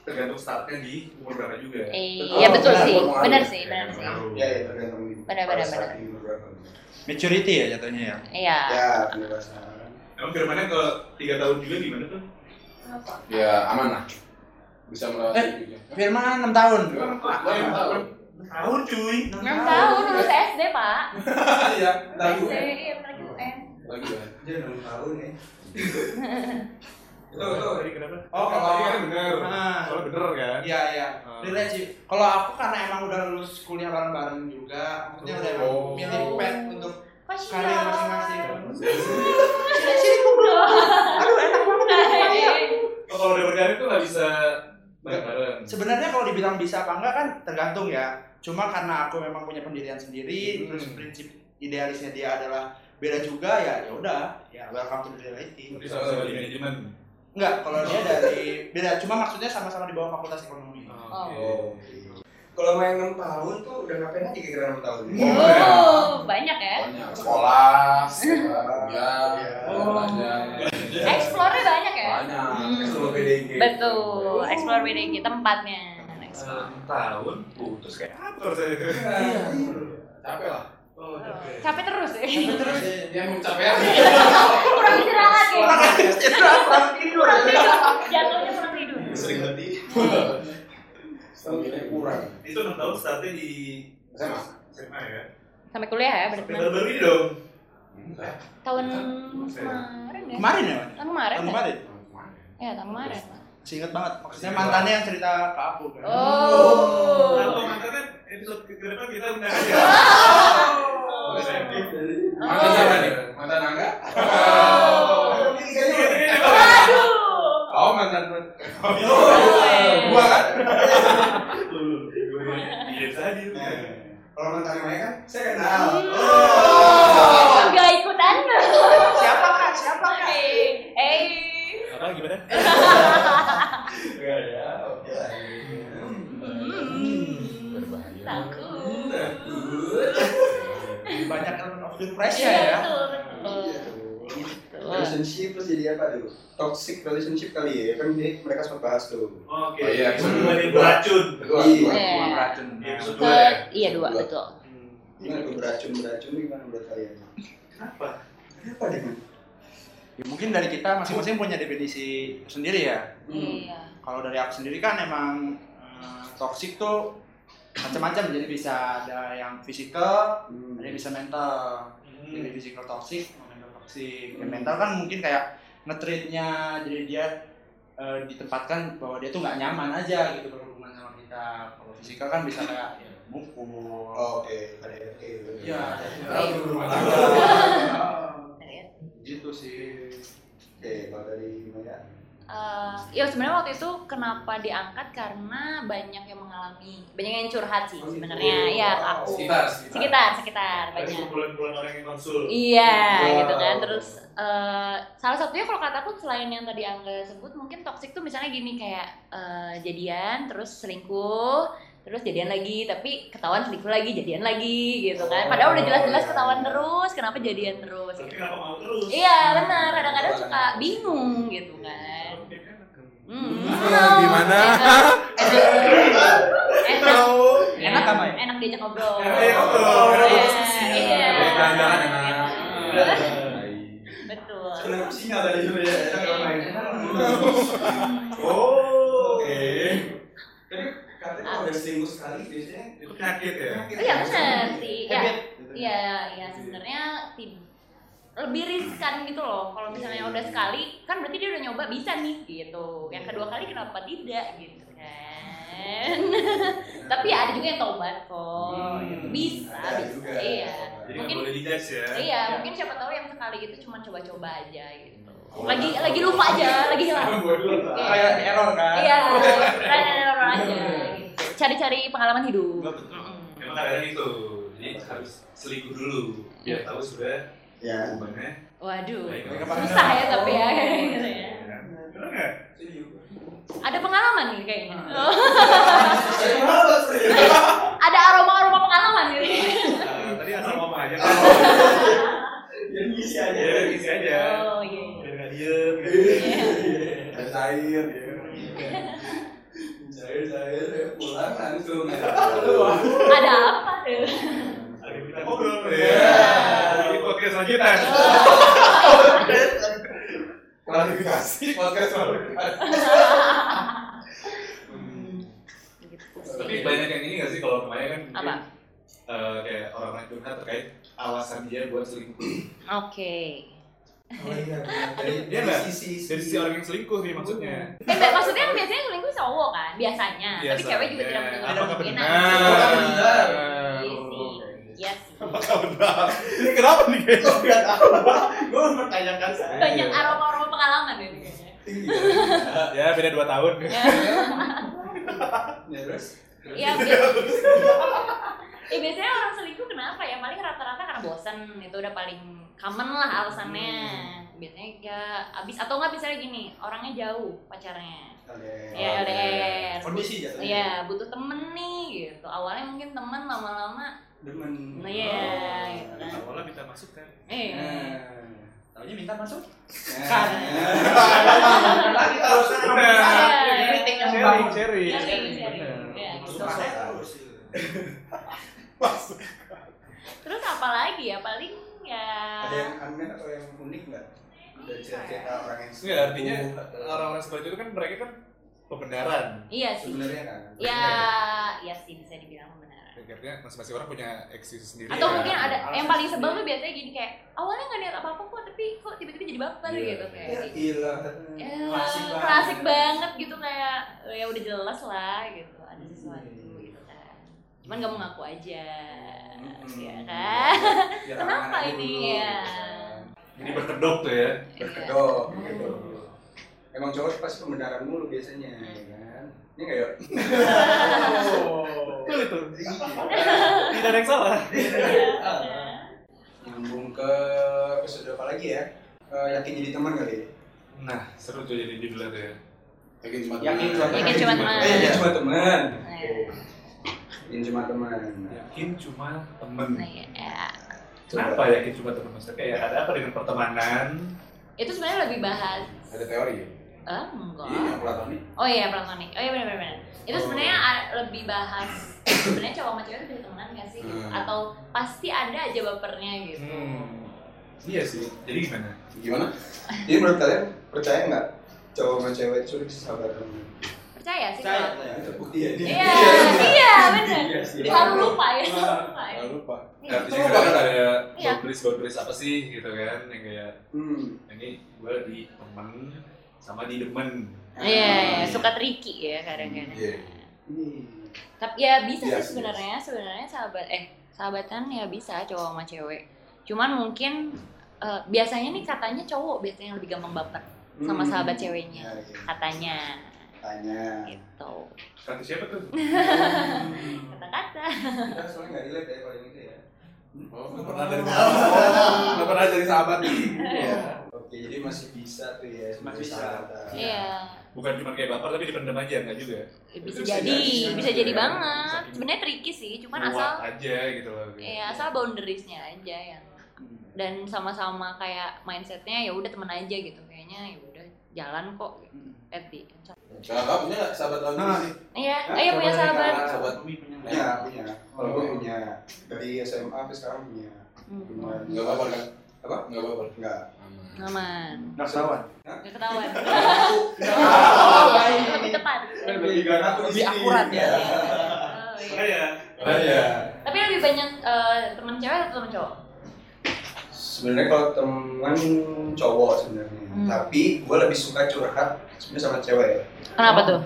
Speaker 10: tergantung startnya di umur berapa juga
Speaker 6: Iya, betul sih. Benar sih, benar sih.
Speaker 4: ya
Speaker 10: Iya,
Speaker 4: ya tergantung.
Speaker 6: Benar, benar,
Speaker 4: pada saat
Speaker 6: benar.
Speaker 4: ini berapa.
Speaker 3: Maturity ya jatuhnya ya.
Speaker 6: Iya.
Speaker 4: Ya pendewasaan.
Speaker 10: emang kedepannya ke tiga tahun juga gimana tuh
Speaker 7: ya aman lah bisa melewati
Speaker 3: Eh.
Speaker 7: hidupnya.
Speaker 3: Firman 6 tahun.
Speaker 7: Gua nggak tahu.
Speaker 10: tahun cuy
Speaker 6: 6 tahun lulus SD, Pak.
Speaker 4: Iya. Lagu.
Speaker 6: SD, iya, apalagi UN.
Speaker 7: lagi ya
Speaker 4: Dia enam tahun nih.
Speaker 2: Tuh, tuh, tadi kenapa?
Speaker 3: Oh, kalau-
Speaker 2: Tadi kan bener.
Speaker 3: Ah.
Speaker 2: Soalnya bener kan?
Speaker 3: Iya iya. Relate sih. Kalau aku karena emang udah lulus kuliah bareng-bareng juga, maksudnya udah emang
Speaker 7: Oh.
Speaker 3: milih pet untuk
Speaker 6: Kasih
Speaker 3: karir masing-masing.
Speaker 6: Aduh, enak banget.
Speaker 10: oh, kalau udah berkarir tuh nggak bisa bareng-bareng
Speaker 3: Sebenarnya kalau dibilang bisa apa enggak kan tergantung ya. Cuma karena aku memang punya pendirian sendiri, terus prinsip idealisnya dia adalah beda juga ya ya udah ya welcome to the reality
Speaker 10: jadi sama-sama di manajemen
Speaker 3: enggak kalau dia dari beda cuma maksudnya sama-sama di bawah fakultas ekonomi
Speaker 6: Hmm. Oh.
Speaker 10: oke
Speaker 4: Kalau main 6 tahun tuh udah ngapain aja kira-kira 6 tahun?
Speaker 6: Oh, banyak ya.
Speaker 7: banyak sekolah sekolah kuliah
Speaker 4: Oh.
Speaker 7: belanja
Speaker 6: Explore-nya banyak ya.
Speaker 7: banyak
Speaker 4: Sebelum PDG.
Speaker 6: Betul, explore BDG tempatnya. Explore.
Speaker 10: Enam tahun putus kayak apa rasanya?
Speaker 7: capek lah
Speaker 10: Oh, capek.
Speaker 6: Capek terus ya.
Speaker 3: terus
Speaker 7: dia mau capek
Speaker 6: kurang istirahat ya. Kurang tidur. Jatuhnya kurang tidur.
Speaker 4: Sering berarti.
Speaker 7: stamina kurang
Speaker 2: Itu 6 tahun startnya di
Speaker 7: SMA
Speaker 2: SMA ya.
Speaker 6: Sampai kuliah ya
Speaker 2: Tapi
Speaker 6: berarti.
Speaker 2: baru-baru ini dong.
Speaker 7: Enggak.
Speaker 6: Tahun
Speaker 2: Saya-
Speaker 6: kemarin ya?
Speaker 3: Kemarin ya? Wan?
Speaker 6: Tahun kemarin
Speaker 3: Tahun
Speaker 6: ya?
Speaker 3: kemarin.
Speaker 6: Ya, tahun kemarin.
Speaker 3: Masih ingat banget. Maksudnya mantannya yang cerita ke aku kan.
Speaker 6: Oh.
Speaker 2: Kalau mantannya episode ke depan kita undang aja.
Speaker 6: Oh.
Speaker 7: Mantan siapa nih? Mantan Angga?
Speaker 2: Iya, iya, iya.
Speaker 6: Waduh.
Speaker 7: Oh, mantan
Speaker 6: Gue.
Speaker 7: gua kan?
Speaker 2: Lu, dua-duanya. Iya, tadi.
Speaker 4: Kalau mantan namanya kan, saya kenal.
Speaker 6: Hmm. Oh. Gak ikutan.
Speaker 3: Siapa kan? Siapa kan?
Speaker 6: Eh. Eh.
Speaker 2: Apa gimana?
Speaker 5: Enggak ya, oke lah.
Speaker 6: Hmm. Takut.
Speaker 3: Banyak element of depression
Speaker 6: Iya,
Speaker 3: ya.
Speaker 6: betul,
Speaker 5: Iya
Speaker 6: betul.
Speaker 5: tuh.
Speaker 6: Betul.
Speaker 5: Relationship terus jadi apa tuh? Toxic relationship kali ya, kan dia- mereka sempat bahas tuh.
Speaker 2: Oke.
Speaker 7: Oh, iya, episode
Speaker 2: Kedua
Speaker 7: dua.
Speaker 2: nih, beracun.
Speaker 7: Kedua,
Speaker 5: Iya.
Speaker 7: kedua.
Speaker 6: Iya.
Speaker 3: Racun.
Speaker 2: Iya, episode dua ya.
Speaker 6: Ke- Iya dua betul.
Speaker 5: Gimana tuh beracun-beracun gimana menurut kalian?
Speaker 2: Kenapa?
Speaker 5: Apa deh? Man?
Speaker 3: Ya, mungkin dari kita masing-masing punya definisi sendiri ya.
Speaker 6: Iya.
Speaker 3: Kalau dari aku sendiri kan emang eh, toxic tuh macam-macam jadi bisa ada yang fisikal,
Speaker 5: Hmm.
Speaker 3: ada yang bisa mental.
Speaker 2: Hmm.
Speaker 3: jadi physical toxic, mental toxic. Ya, mental kan mungkin kayak ngetreatnya jadi dia eh, ditempatkan bahwa dia tuh nggak nyaman aja gitu berhubungan sama kita. Kalau physical kan bisa kayak ya, mukul. ya.
Speaker 5: Oh, Oke, ada oke.
Speaker 4: Ya,
Speaker 3: Iya,
Speaker 6: Iya.
Speaker 3: gitu sih.
Speaker 5: Oke, kalau dari gimana?
Speaker 6: Eh, ya sebenarnya waktu itu kenapa diangkat karena banyak yang mengalami, banyak yang curhat sih sebenarnya. Iya ke aku.
Speaker 7: Sekitar,
Speaker 6: Sekitar, sekitar
Speaker 2: Ada
Speaker 6: banyak.
Speaker 2: kumpulan-kumpulan orang yang konsul.
Speaker 6: Iya,
Speaker 5: Wow.
Speaker 6: gitu kan. Terus eh, salah satunya kalau kataku selain yang tadi Angga sebut, mungkin toksik tuh misalnya gini kayak eh, jadian, terus selingkuh, terus jadian lagi, tapi ketahuan selingkuh lagi, jadian lagi, gitu kan. Padahal udah jelas-jelas ketahuan terus, kenapa jadian terus?
Speaker 2: Tapi
Speaker 6: gitu.
Speaker 2: kenapa mau terus?
Speaker 6: Iya, benar. Kadang-kadang suka bingung gitu kan.
Speaker 2: Oke, kan.
Speaker 6: Hmm.
Speaker 7: Gimana?
Speaker 6: Enak. Enak.
Speaker 3: Enak apa ya?
Speaker 6: Enak diajak ngobrol.
Speaker 2: Enak diajak ngobrol, enak
Speaker 6: Iya,
Speaker 2: diskusi.
Speaker 6: Iya.
Speaker 2: Enak jalan-jalan,
Speaker 6: Enak. Betul.
Speaker 5: Kenapa sinyal tadi sebenarnya?
Speaker 2: Oh,
Speaker 5: Oke. Tapi katanya kalau udah selingkuh sekali biasanya
Speaker 2: Itu penyakit ya?
Speaker 6: Iya benar sih. Ya,
Speaker 5: Habit.
Speaker 6: iya, iya sebenarnya tim lebih riskan gitu loh. Kalau misalnya udah sekali, kan berarti dia udah nyoba bisa nih gitu. Yang kedua kali kenapa tidak gitu kan? Tapi ya ada juga yang tobat kok. gitu.
Speaker 4: Hmm.
Speaker 6: Bisa,
Speaker 5: Ada
Speaker 6: bisa.
Speaker 5: juga.
Speaker 6: Iya.
Speaker 2: Jadi nggak
Speaker 6: Mungkin
Speaker 2: boleh dijudge ya?
Speaker 6: iya, mungkin siapa tahu yang sekali itu cuma coba-coba aja gitu.
Speaker 10: Oh.
Speaker 6: Lagi lagi lupa aja, lagi hilang.
Speaker 3: Kayak error kan?
Speaker 6: Iya, trial and error aja. gitu. Cari-cari pengalaman hidup.
Speaker 2: Betul.
Speaker 6: Mm-mm.
Speaker 2: Emang kadang itu, jadi harus selingkuh dulu biar tahu sudah
Speaker 5: Ya.
Speaker 2: hubungannya
Speaker 6: Waduh,
Speaker 2: baik
Speaker 3: Mereka
Speaker 2: apa
Speaker 6: susah ya
Speaker 2: enggak.
Speaker 6: tapi ya kayak gitu ya.
Speaker 2: Iya. Bener nggak?
Speaker 6: Ada pengalaman nih kayaknya.
Speaker 10: Oh.
Speaker 6: Oh,
Speaker 5: Saya kenapa sih?
Speaker 6: Ada aroma-aroma pengalaman gitu.
Speaker 2: Eh, Tadi asal ngomong aja.
Speaker 5: Jadi isi aja.
Speaker 2: Iya, isi aja.
Speaker 6: Oh iya.
Speaker 2: Biar nggak diem.
Speaker 5: Ada cair ya. Cair-cair ya, pulang langsung. Oh,
Speaker 6: Ada apa tuh?
Speaker 2: Akhirnya kita ngobrol.
Speaker 5: Iya.
Speaker 2: Jadi podcast lanjutan.
Speaker 5: Klarifikasi podcast baru.
Speaker 6: Gitu
Speaker 10: Tapi
Speaker 6: sih.
Speaker 10: banyak yang ini nggak sih kalau kemarin kan mungkin,
Speaker 6: Apa?
Speaker 10: eh, kayak orang-orang curhat terkait alasan dia buat selingkuh.
Speaker 6: Oke.
Speaker 5: Oh iya, benar. Dari-
Speaker 10: Iya
Speaker 5: dari
Speaker 10: nggak?
Speaker 5: sisi
Speaker 10: Dari sisi orang yang selingkuh nih maksudnya.
Speaker 6: Eh, mbak, maksudnya yang biasanya selingkuh cowok kan, biasanya. Tapi
Speaker 10: Biasa.
Speaker 6: cewek juga tidak
Speaker 10: Ya,
Speaker 6: menutup
Speaker 10: apakah
Speaker 6: kemungkinan.
Speaker 10: benar? Oh,
Speaker 6: Iya sih. Iya sih.
Speaker 2: Apakah benar? Ini kenapa nih guys?
Speaker 5: Kok nggak tahu apa? Gue mempertanyakan saya.
Speaker 6: Banyak aroma-aroma pengalaman ini kayaknya.
Speaker 10: Ya beda 2 tahun.
Speaker 5: Ya, terus?
Speaker 6: Iya, biasa. Eh, biasanya orang selingkuh kenapa ya? Paling rata-rata karena bosan itu udah paling common lah alasannya. Biasanya ya abis atau nggak misalnya gini orangnya jauh pacarnya. Ya LDR.
Speaker 5: Kondisi jatuhnya.
Speaker 6: Iya butuh temen nih gitu. Awalnya mungkin temen lama-lama.
Speaker 5: Demen.
Speaker 6: Nah ya.
Speaker 5: Oh,
Speaker 6: gitu kan.
Speaker 2: Awalnya minta masuk kan?
Speaker 6: Eh.
Speaker 5: Nah.
Speaker 4: Hmm.
Speaker 3: Taunya minta masuk.
Speaker 6: Nah.
Speaker 5: Lagi tahu
Speaker 6: Iya,
Speaker 3: kritik
Speaker 6: iya.
Speaker 3: yang
Speaker 10: Sharing,
Speaker 3: bangun.
Speaker 10: sharing.
Speaker 6: Sharing, sharing.
Speaker 10: Bener.
Speaker 6: Iya, gitu.
Speaker 3: Masuk akal terus.
Speaker 6: Terus apa lagi ya? Paling ya.
Speaker 5: Ada yang aneh atau yang unik nggak? Dari cerita orang yang
Speaker 10: Nggak, artinya
Speaker 5: eh,
Speaker 10: orang-orang seperti itu kan mereka kan pembenaran.
Speaker 6: Iya sih.
Speaker 5: sebenarnya kan.
Speaker 6: Ya, iya sih bisa dibilang benar.
Speaker 11: Artinya masing-masing orang punya eksis sendiri.
Speaker 2: Iya.
Speaker 6: atau
Speaker 11: ya.
Speaker 6: mungkin ada
Speaker 11: Alasan
Speaker 6: yang paling
Speaker 11: sendiri.
Speaker 6: sebel tuh biasanya gini kayak awalnya nggak niat apa apa kok tapi kok tiba-tiba jadi baper
Speaker 11: Iya.
Speaker 6: gitu kayak
Speaker 4: Ya
Speaker 6: gitu.
Speaker 4: ilah.
Speaker 6: Ya,
Speaker 4: Klasik banget.
Speaker 6: klasik banget gitu kayak ya udah jelas lah gitu ada sesuatu gitu kan cuman nggak mau ngaku aja
Speaker 4: Hmm.
Speaker 6: ya kan
Speaker 4: Biar
Speaker 6: Kenapa
Speaker 4: aman aja
Speaker 6: ini?
Speaker 4: dulu,
Speaker 6: Ya.
Speaker 2: Jadi berkedok tuh ya.
Speaker 4: Iya.
Speaker 6: Iya.
Speaker 4: Berkedok gitu.
Speaker 6: Mm.
Speaker 4: Emang cowok pasti pembenaran mulu biasanya, ya kan? Ini nggak ya?
Speaker 11: Betul itu. Tidak ada yang salah.
Speaker 4: Nyambung ke episode apa lagi ya? Eh, yakin jadi teman kali ya?
Speaker 11: Nah,
Speaker 2: Seru tuh jadi dibilang tuh ya.
Speaker 7: Yakin cuma
Speaker 4: Yakin
Speaker 7: teman.
Speaker 4: cuma teman.
Speaker 6: Yakin cuma teman.
Speaker 4: Eh, yakin cuma teman.
Speaker 6: Iya.
Speaker 4: Yakin cuma teman.
Speaker 2: Yakin cuma temen.
Speaker 6: Nah, iya, iya.
Speaker 2: Kenapa yakin cuma temen? Maksudnya kayak ada apa dengan pertemanan?
Speaker 6: itu sebenarnya lebih bahas
Speaker 7: Ada teori ya?
Speaker 6: eh,
Speaker 7: Iya,
Speaker 6: enggak
Speaker 7: yang platonik.
Speaker 6: oh iya platonik oh iya benar-benar itu sebenarnya a- lebih bahas sebenarnya cowok sama cewek itu bisa temenan nggak sih
Speaker 7: Hmm.
Speaker 6: atau pasti ada aja bapernya gitu
Speaker 2: Hmm. Iya sih. Jadi gimana?
Speaker 7: Gimana?
Speaker 4: Jadi menurut kalian percaya nggak cowok sama cewek itu sahabatan?
Speaker 6: percaya sih
Speaker 3: Percaya,
Speaker 6: kalau-
Speaker 3: percaya.
Speaker 4: Terbukti ya dia.
Speaker 6: iya iya benar
Speaker 4: Iya sih.
Speaker 6: selalu lupa ya selalu lupa ya.
Speaker 7: Jangan lupa.
Speaker 6: Iya.
Speaker 2: Artinya kadang ada
Speaker 6: Iya.
Speaker 2: boundaries-boundaries apa sih gitu kan yang kayak
Speaker 4: Hmm.
Speaker 2: ini gue di temen sama di demen
Speaker 6: Iya, iya, suka tricky ya kadang-kadang.
Speaker 7: Iya.
Speaker 4: Hmm.
Speaker 6: Tapi ya bisa
Speaker 7: Iya,
Speaker 6: sih sebenarnya, sebenarnya sahabat eh sahabatan ya bisa cowok sama cewek. Cuman mungkin eh, biasanya nih katanya cowok biasanya yang lebih gampang baper sama
Speaker 4: Hmm.
Speaker 6: sahabat
Speaker 4: Ya,
Speaker 6: ceweknya.
Speaker 4: ya.
Speaker 6: Katanya
Speaker 4: Tanya.
Speaker 6: gitu.
Speaker 2: kata siapa tuh
Speaker 6: Iya. Kata-kata.
Speaker 4: Kita soalnya nggak relate ya kalau ini tuh ya.
Speaker 7: Oh, nggak pernah dari sahabat. Nggak pernah dari sahabat. Iya.
Speaker 4: Oke, jadi masih bisa tuh ya. sebagai
Speaker 3: bisa.
Speaker 4: sahabatan.
Speaker 6: Iya.
Speaker 2: bukan cuma kayak baper tapi dipendam aja nggak juga
Speaker 6: Ya, Bisa
Speaker 2: Itu bisa
Speaker 6: jadi,
Speaker 2: jadi,
Speaker 6: bisa
Speaker 2: bisa
Speaker 6: jadi
Speaker 2: jadi.
Speaker 6: banget.
Speaker 2: Saking-
Speaker 6: Sebenarnya tricky sih, cuman
Speaker 2: Luap
Speaker 6: asal
Speaker 2: aja gitu loh
Speaker 6: ya asal boundariesnya aja yang
Speaker 4: Hmm.
Speaker 6: dan sama-sama kayak mindsetnya ya udah temen aja gitu kayaknya ya udah jalan kok Eti
Speaker 7: Kalau kamu punya nggak sahabat lagi
Speaker 3: Nah.
Speaker 7: sih?
Speaker 6: Iya, ayo punya sahabat.
Speaker 7: Sahabat.
Speaker 4: Punya,
Speaker 6: Iya,
Speaker 4: punya. Iya, Kalau gue punya dari SMA sampai sekarang punya.
Speaker 6: Hmm.
Speaker 4: Lumayan.
Speaker 7: Nggak apa-apa kan?
Speaker 4: Apa?
Speaker 7: Nggak apa-apa.
Speaker 4: Nggak.
Speaker 6: Aman.
Speaker 3: Nggak ketahuan.
Speaker 6: Gak ketahuan. Oh, iya.
Speaker 4: baik.
Speaker 6: Lebih tepat.
Speaker 4: Lebih gak aku di
Speaker 3: Lebih
Speaker 4: sini.
Speaker 3: akurat ya.
Speaker 6: Oh, iya.
Speaker 7: Ah,
Speaker 4: ya,
Speaker 7: iya.
Speaker 6: Tapi lebih banyak eh, teman cewek atau teman cowok?
Speaker 4: Sebenarnya kalau teman cowok sebenarnya,
Speaker 6: Hmm.
Speaker 4: tapi gue lebih suka curhat sebenarnya sama cewek
Speaker 6: Kenapa tuh?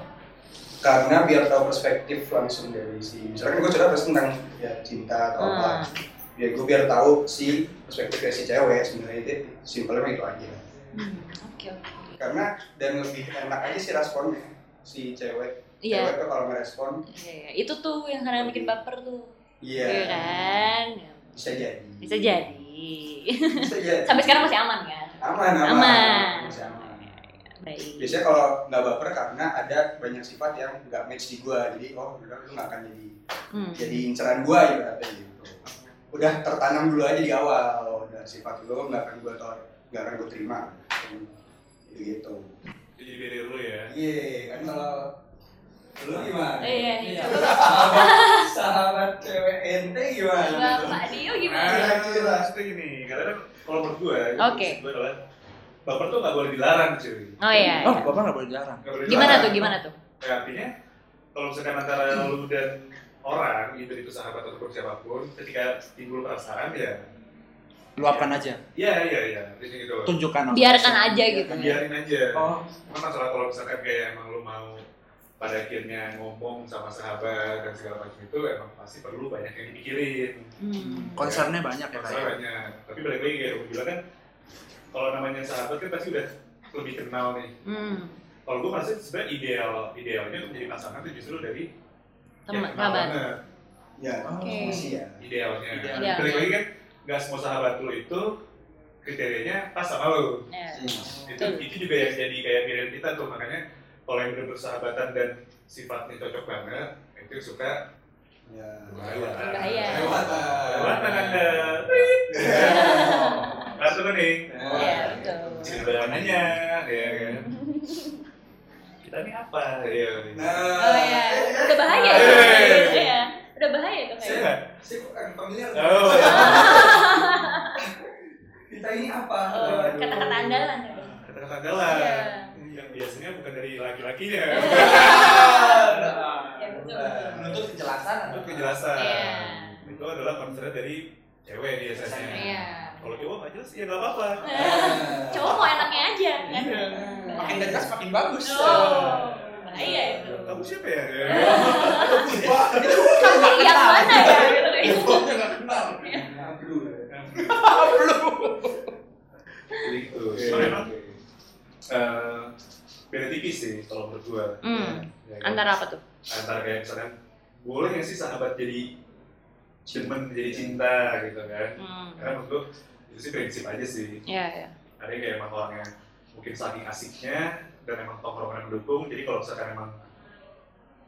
Speaker 4: karena biar tahu perspektif langsung dari si misalkan gue curhat pasti tentang ya cinta atau apa
Speaker 6: Hmm.
Speaker 4: ya gue biar tahu si perspektif dari si cewek sebenarnya itu simpelnya mah itu aja
Speaker 6: Hmm, Oke oke.
Speaker 4: karena dan lebih enak aja si responnya si cewek
Speaker 6: Iya,
Speaker 4: cewek tuh kalau merespon
Speaker 6: iya, iya. itu tuh yang kadang bikin baper tuh.
Speaker 4: iya
Speaker 6: Iya kan?
Speaker 4: bisa jadi
Speaker 6: Bisa jadi.
Speaker 4: bisa jadi
Speaker 6: Sampai sekarang masih aman kan?
Speaker 4: aman aman,
Speaker 6: Aman.
Speaker 4: Masih aman.
Speaker 6: Baik.
Speaker 4: biasanya kalau nggak baper karena ada banyak sifat yang nggak match di gua jadi oh benar lu nggak akan jadi
Speaker 6: Hmm.
Speaker 4: jadi inceran gua ya berarti gitu udah tertanam dulu aja di awal oh, udah sifat lu nggak akan gua tolak nggak akan gua terima gitu gitu
Speaker 2: jadi beda dulu ya
Speaker 4: iya kan kalau lu gimana
Speaker 6: Iya, iya.
Speaker 4: Sahabat- sahabat cewek ente gimana
Speaker 6: Bapak Dio
Speaker 2: nah
Speaker 6: gimana?
Speaker 2: itu maksudnya gini karena kalau menurut gue
Speaker 6: Oke.
Speaker 2: gue adalah baper tuh nggak boleh dilarang cuy
Speaker 6: Oh iya. iya.
Speaker 3: bapak nggak boleh dilarang.
Speaker 2: Nggak boleh
Speaker 6: Gimana
Speaker 2: dilarang.
Speaker 6: tuh? Gimana tuh?
Speaker 2: Ya, artinya kalau misalkan antara lu dan orang gitu itu sahabat ataupun siapapun ketika timbul perasaan ya
Speaker 3: Luapkan aja.
Speaker 2: ya ya ya artinya gitu loh.
Speaker 3: Tunjukkan.
Speaker 6: Biarkan aja
Speaker 3: Iya,
Speaker 6: gitu.
Speaker 2: biarin aja
Speaker 3: Oh,
Speaker 2: Cuma masalah kalau misalkan kayak emang lu mau pada akhirnya ngomong sama sahabat dan segala macam itu emang pasti perlu banyak yang dipikirin
Speaker 6: Hmm.
Speaker 3: concernnya banyak ya
Speaker 2: masalah
Speaker 3: kayak.
Speaker 2: banyak tapi balik lagi kayak gue bilang kan kalau namanya sahabat kan pasti udah lebih kenal nih
Speaker 6: Hmm.
Speaker 2: kalau gue merasa sebenarnya ideal idealnya untuk jadi pasangan itu justru dari
Speaker 6: Teman
Speaker 2: kenal
Speaker 6: sahabat.
Speaker 2: banget.
Speaker 4: ya
Speaker 3: Oh,
Speaker 6: Oke.
Speaker 4: masih ya
Speaker 2: idealnya
Speaker 3: Ideal.
Speaker 2: Tapi balik lagi kan nggak semua sahabat lu itu kriterianya pas sama lu
Speaker 6: Iya.
Speaker 2: itu itu juga yang jadi kayak pilihan kita tuh makanya kalau yang bener bersahabatan dan sifatnya cocok banget itu yang suka
Speaker 4: ya
Speaker 2: Iya.
Speaker 6: Bahaya.
Speaker 2: lewatan anda kartu kuning
Speaker 6: Iya, betul.
Speaker 2: Jadi badannya ya kan kita ini apa ya
Speaker 4: Nah.
Speaker 6: Oh iya. Udah bahaya ya.
Speaker 2: Hey.
Speaker 6: Iya. Udah bahaya tuh
Speaker 2: saya nggak
Speaker 6: kayak.
Speaker 2: Oh, iya.
Speaker 4: Saya bukan familiar.
Speaker 2: tahu
Speaker 4: Kita ini apa?
Speaker 6: Oh, kata-kata andalan ya.
Speaker 2: kata-kata dalam
Speaker 6: Iya.
Speaker 2: yang biasanya bukan dari laki-lakinya
Speaker 6: Ya, betul. betul.
Speaker 3: Menuntut kejelasan.
Speaker 2: itu
Speaker 3: atau-
Speaker 2: penjelasan
Speaker 6: Iya.
Speaker 10: cewek biasanya.
Speaker 6: Iya.
Speaker 2: Kalau cowok nggak jelas ya nggak apa-apa.
Speaker 6: Cowok mau enaknya aja kan.
Speaker 2: Iya.
Speaker 4: Makin gak jelas makin bagus.
Speaker 6: Oh, bahaya itu.
Speaker 2: Kamu siapa ya?
Speaker 6: Kamu yang mana ya? Gitu kan.
Speaker 10: Gitu. Soalnya emang eh, beda tipis sih kalau menurut gua.
Speaker 6: Hmm.
Speaker 10: Ya kan?
Speaker 6: Antara apa tuh?
Speaker 10: antara kayak misalkan boleh nggak sih sahabat jadi demen jadi cinta gitu kan
Speaker 2: Iya.
Speaker 6: Hmm.
Speaker 10: karena menurut gue itu sih prinsip aja sih
Speaker 6: Iya, iya.
Speaker 10: ada yang kayak emang orangnya mungkin saking asiknya dan emang tongkrongan mendukung jadi kalau misalkan emang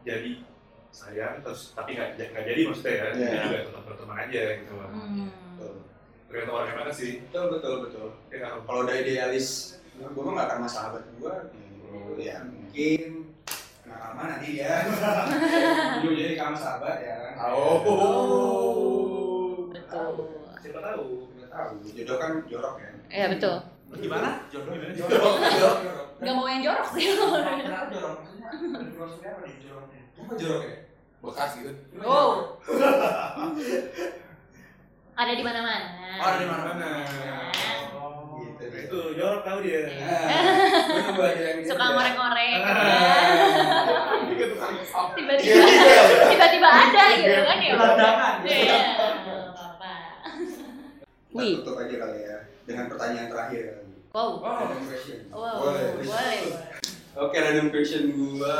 Speaker 10: jadi sayang terus tapi nggak nggak jadi maksudnya ya
Speaker 7: Iya.
Speaker 10: jadi juga tetap berteman aja gitu loh
Speaker 6: Hmm.
Speaker 10: tergantung orangnya mana sih
Speaker 4: Betul betul betul.
Speaker 10: ya nggak
Speaker 4: Kalau udah idealis, gue mah nggak akan masalah buat gue. Ya mungkin kenal lama nanti ya. Lu jadi kamu sahabat ya. kan?
Speaker 10: oh
Speaker 6: Betul.
Speaker 10: siapa tahu
Speaker 4: Nggak tahu. Jodoh kan jorok ya.
Speaker 6: Iya, betul.
Speaker 3: Gimana?
Speaker 10: jodoh gimana sih?
Speaker 4: Jorok jorok. jorok.
Speaker 6: Gak mau yang jorok sih.
Speaker 4: Kenapa jorok? Maksudnya, maksudnya apa nih joroknya? Apa joroknya?
Speaker 7: bekas gitu
Speaker 6: Oh. Ada di mana-mana.
Speaker 4: Oh, ada di mana-mana. Gitu.
Speaker 2: Nah, Itu jorok tahu dia.
Speaker 4: Nah, gua coba aja yang ini
Speaker 6: Suka
Speaker 4: ya.
Speaker 6: ngorek-ngorek.
Speaker 2: Tiga tuh kan.
Speaker 6: Tiba-tiba tiba-tiba ada gitu kan ya.
Speaker 3: Gelandangan.
Speaker 6: Iya. nggak apa-apa.
Speaker 4: Kita
Speaker 6: Wih.
Speaker 4: tutup aja kali ya dengan pertanyaan terakhir kali.
Speaker 6: Wow.
Speaker 4: Random question.
Speaker 6: Wow.
Speaker 4: Boleh.
Speaker 6: Boleh. boleh.
Speaker 4: Oke, random question gua.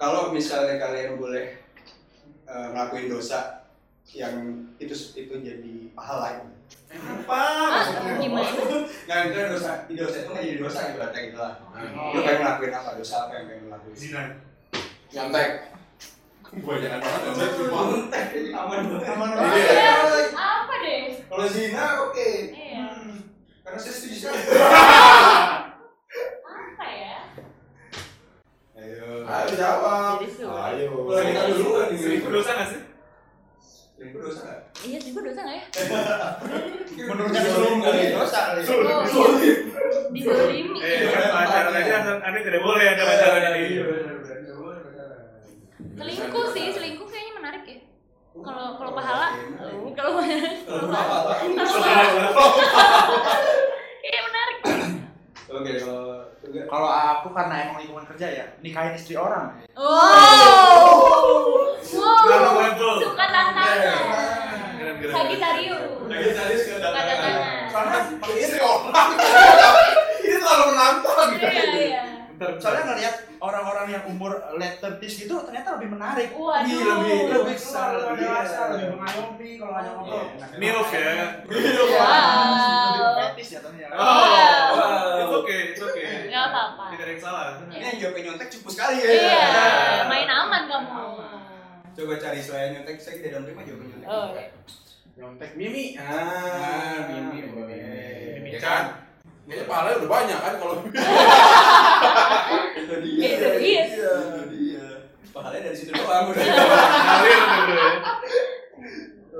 Speaker 4: Kalau misalnya kalian boleh eh, ngelakuin dosa yang itu itu jadi pahala gitu.
Speaker 2: Apa?
Speaker 6: Ah, gimana?
Speaker 4: Nah, itu kan dosa, di dosa itu nggak jadi dosa gitu berarti gitu lah.
Speaker 6: Oh.
Speaker 4: Lu pengen ngelakuin apa? Dosa apa yang pengen ngelakuin?
Speaker 2: Zina.
Speaker 7: nyantek
Speaker 10: kebanyakan banget
Speaker 4: Mantek, jadi aman banget.
Speaker 3: Aman
Speaker 6: Oh,
Speaker 3: banget.
Speaker 6: iya. Apa deh?
Speaker 4: Kalau zina oke.
Speaker 6: Iya.
Speaker 4: Hmm, Karena saya setuju sekali.
Speaker 6: Apa ya?
Speaker 4: Ayo.
Speaker 7: ayo jawab
Speaker 6: Jadi sulit.
Speaker 4: Mulai kita dulu kan ini.
Speaker 2: Selingkuh dosa nggak sih?
Speaker 4: Selingkuh dosa nggak?
Speaker 6: Iya, selingkuh dosa nggak ya?
Speaker 3: Menurutnya belum kali dosa kali. ya.
Speaker 6: Oh, iya. Dizolimi.
Speaker 4: Iya.
Speaker 2: Eh, kan pacaran aja an- aneh tidak boleh ada
Speaker 3: Iya,
Speaker 2: pacaran ini.
Speaker 4: iya.
Speaker 6: Selingkuh sih, selingkuh kayaknya menarik ya. Kalau kalau pahala, oh, kalau
Speaker 4: Kalau
Speaker 6: kalau
Speaker 4: berapa?
Speaker 6: pahala, kalau pahala,
Speaker 2: "Oh."
Speaker 6: kayaknya menarik.
Speaker 4: Oke, kalau juga
Speaker 3: Kalau aku karena emang lingkungan kerja ya, nikahin istri orang.
Speaker 6: Wow,
Speaker 2: Dalam
Speaker 6: wow,
Speaker 2: level.
Speaker 6: suka
Speaker 10: Eh.
Speaker 6: tantangan.
Speaker 2: Keren-keren.
Speaker 6: Sagitarius,
Speaker 2: Lagi tadi sudah
Speaker 6: suka tantangan.
Speaker 3: Soalnya
Speaker 7: ini orang ini terlalu menantang
Speaker 6: Iya iya.
Speaker 3: soalnya ngelihat orang-orang yang umur late 30s gitu ternyata lebih menarik. Iya,
Speaker 6: Waduh.
Speaker 3: lebih lebih besar,
Speaker 4: besar,
Speaker 3: lebih iya.
Speaker 4: lebih
Speaker 3: dewasa,
Speaker 4: besar.
Speaker 3: lebih mengayomi kalau hanya ngobrol.
Speaker 2: Milf ya.
Speaker 4: Iya.
Speaker 6: Iya.
Speaker 3: Lebih
Speaker 6: Wow.
Speaker 3: fetis ya ternyata.
Speaker 2: Oh,
Speaker 4: Wow. Iya.
Speaker 2: it's okay, it's okay.
Speaker 6: Gak apa-apa.
Speaker 10: Iya.
Speaker 2: Tidak ada yang salah.
Speaker 4: ini yang jawabnya nyontek cukup sekali ya.
Speaker 6: Iya, main aman kamu.
Speaker 4: Coba cari selain nyontek, saya tidak dalam terima jawaban nyontek.
Speaker 6: Oh.
Speaker 3: Nyontek Mimi.
Speaker 4: Ah, mimi boleh.
Speaker 7: ya kan ini pahalanya udah banyak kan kalau
Speaker 4: Itu dia.
Speaker 6: Itu dia.
Speaker 4: Itu dia. Pahalanya dari situ doang udah.
Speaker 2: Ngalir gitu ya.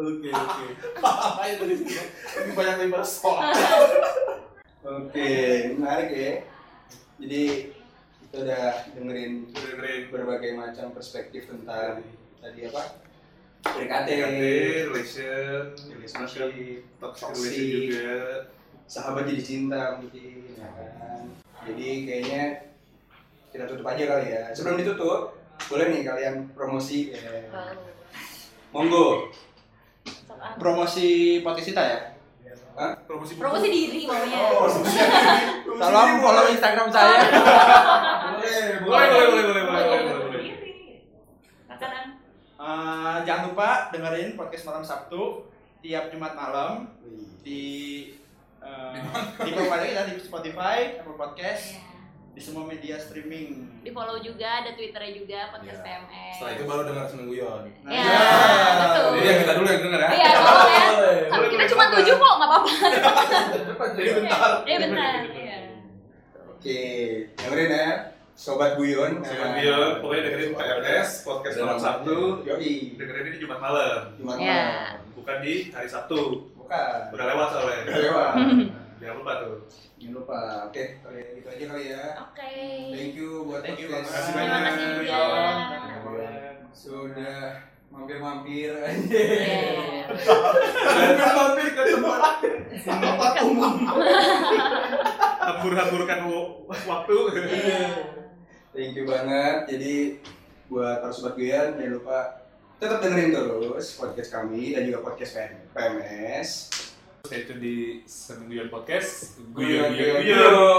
Speaker 4: Oke, oke.
Speaker 7: pahalanya dari sini lebih banyak dari bakso
Speaker 4: Oke, menarik ya. Jadi kita udah dengerin
Speaker 10: Keren-keren.
Speaker 4: berbagai macam perspektif tentang tadi apa? PDKT,
Speaker 10: PDKT, relation,
Speaker 4: relationship,
Speaker 10: toxic
Speaker 4: iya. Toxic.
Speaker 10: relation juga.
Speaker 4: sahabat jadi cinta mungkin ya kan jadi kayaknya kita tutup aja kali ya sebelum ditutup boleh nih kalian promosi eh,
Speaker 6: Wow.
Speaker 4: monggo
Speaker 6: Sok aman.
Speaker 3: Promosi podcast kita ya.
Speaker 10: Promosi buku.
Speaker 6: Promosi diri maunya.
Speaker 10: Oh,
Speaker 3: Tolong follow Instagram
Speaker 6: Ah.
Speaker 3: saya.
Speaker 4: boleh
Speaker 10: Eh, Boleh, boleh, boleh, boleh, boleh, boleh, boleh,
Speaker 6: Promosi
Speaker 10: boleh.
Speaker 6: diri. Makanan.
Speaker 3: Eh, jangan lupa dengerin podcast malam Sabtu tiap Jumat malam di eh, di profile kita di Spotify, Apple Podcast,
Speaker 6: Iya.
Speaker 3: di semua media streaming.
Speaker 6: Di follow juga, ada twitternya juga, podcast TMS.
Speaker 7: Iya. setelah itu Iya. baru dengar seneng guyon
Speaker 3: Nah,
Speaker 6: Ya,
Speaker 4: Iya,
Speaker 6: betul.
Speaker 7: jadi yang kita dulu yang denger ya
Speaker 6: Iya, tolong ya. Tapi
Speaker 2: Boleh,
Speaker 6: kita
Speaker 2: boleh,
Speaker 6: cuma
Speaker 2: boleh.
Speaker 6: tujuh kok, nggak apa-apa.
Speaker 7: jadi bentar
Speaker 6: Iya benar. Iya.
Speaker 4: oke dengerin ya sobat guyon
Speaker 10: Sobat Bio, pokoknya dengerin PRS, podcast malam Sabtu.
Speaker 4: yoi
Speaker 10: Dengerin ini Jumat malam,
Speaker 4: Jumat
Speaker 6: Ya.
Speaker 4: malam
Speaker 10: bukan di hari Sabtu.
Speaker 4: bukan
Speaker 10: Udah lewat soalnya.
Speaker 4: Udah lewat.
Speaker 10: Jangan lupa tuh.
Speaker 4: jangan lupa oke kali ya, gitu aja kali ya
Speaker 6: Oke.
Speaker 4: thank you buat
Speaker 3: Thank you,
Speaker 4: podcast
Speaker 3: makasih
Speaker 6: Terima kasih juga.
Speaker 4: sudah mampir-mampir
Speaker 6: Iya.
Speaker 4: mampir-mampir ke tempat tempat umum
Speaker 2: hambur-hamburkan wo- waktu
Speaker 6: Iya.
Speaker 7: Iya.
Speaker 4: thank you banget jadi buat para sobat Guyan jangan lupa tetap dengerin terus podcast kami dan juga podcast PM- PMS
Speaker 2: stay tune di semingguan podcast guyon guyon
Speaker 4: Guyon, guyon.
Speaker 2: guyon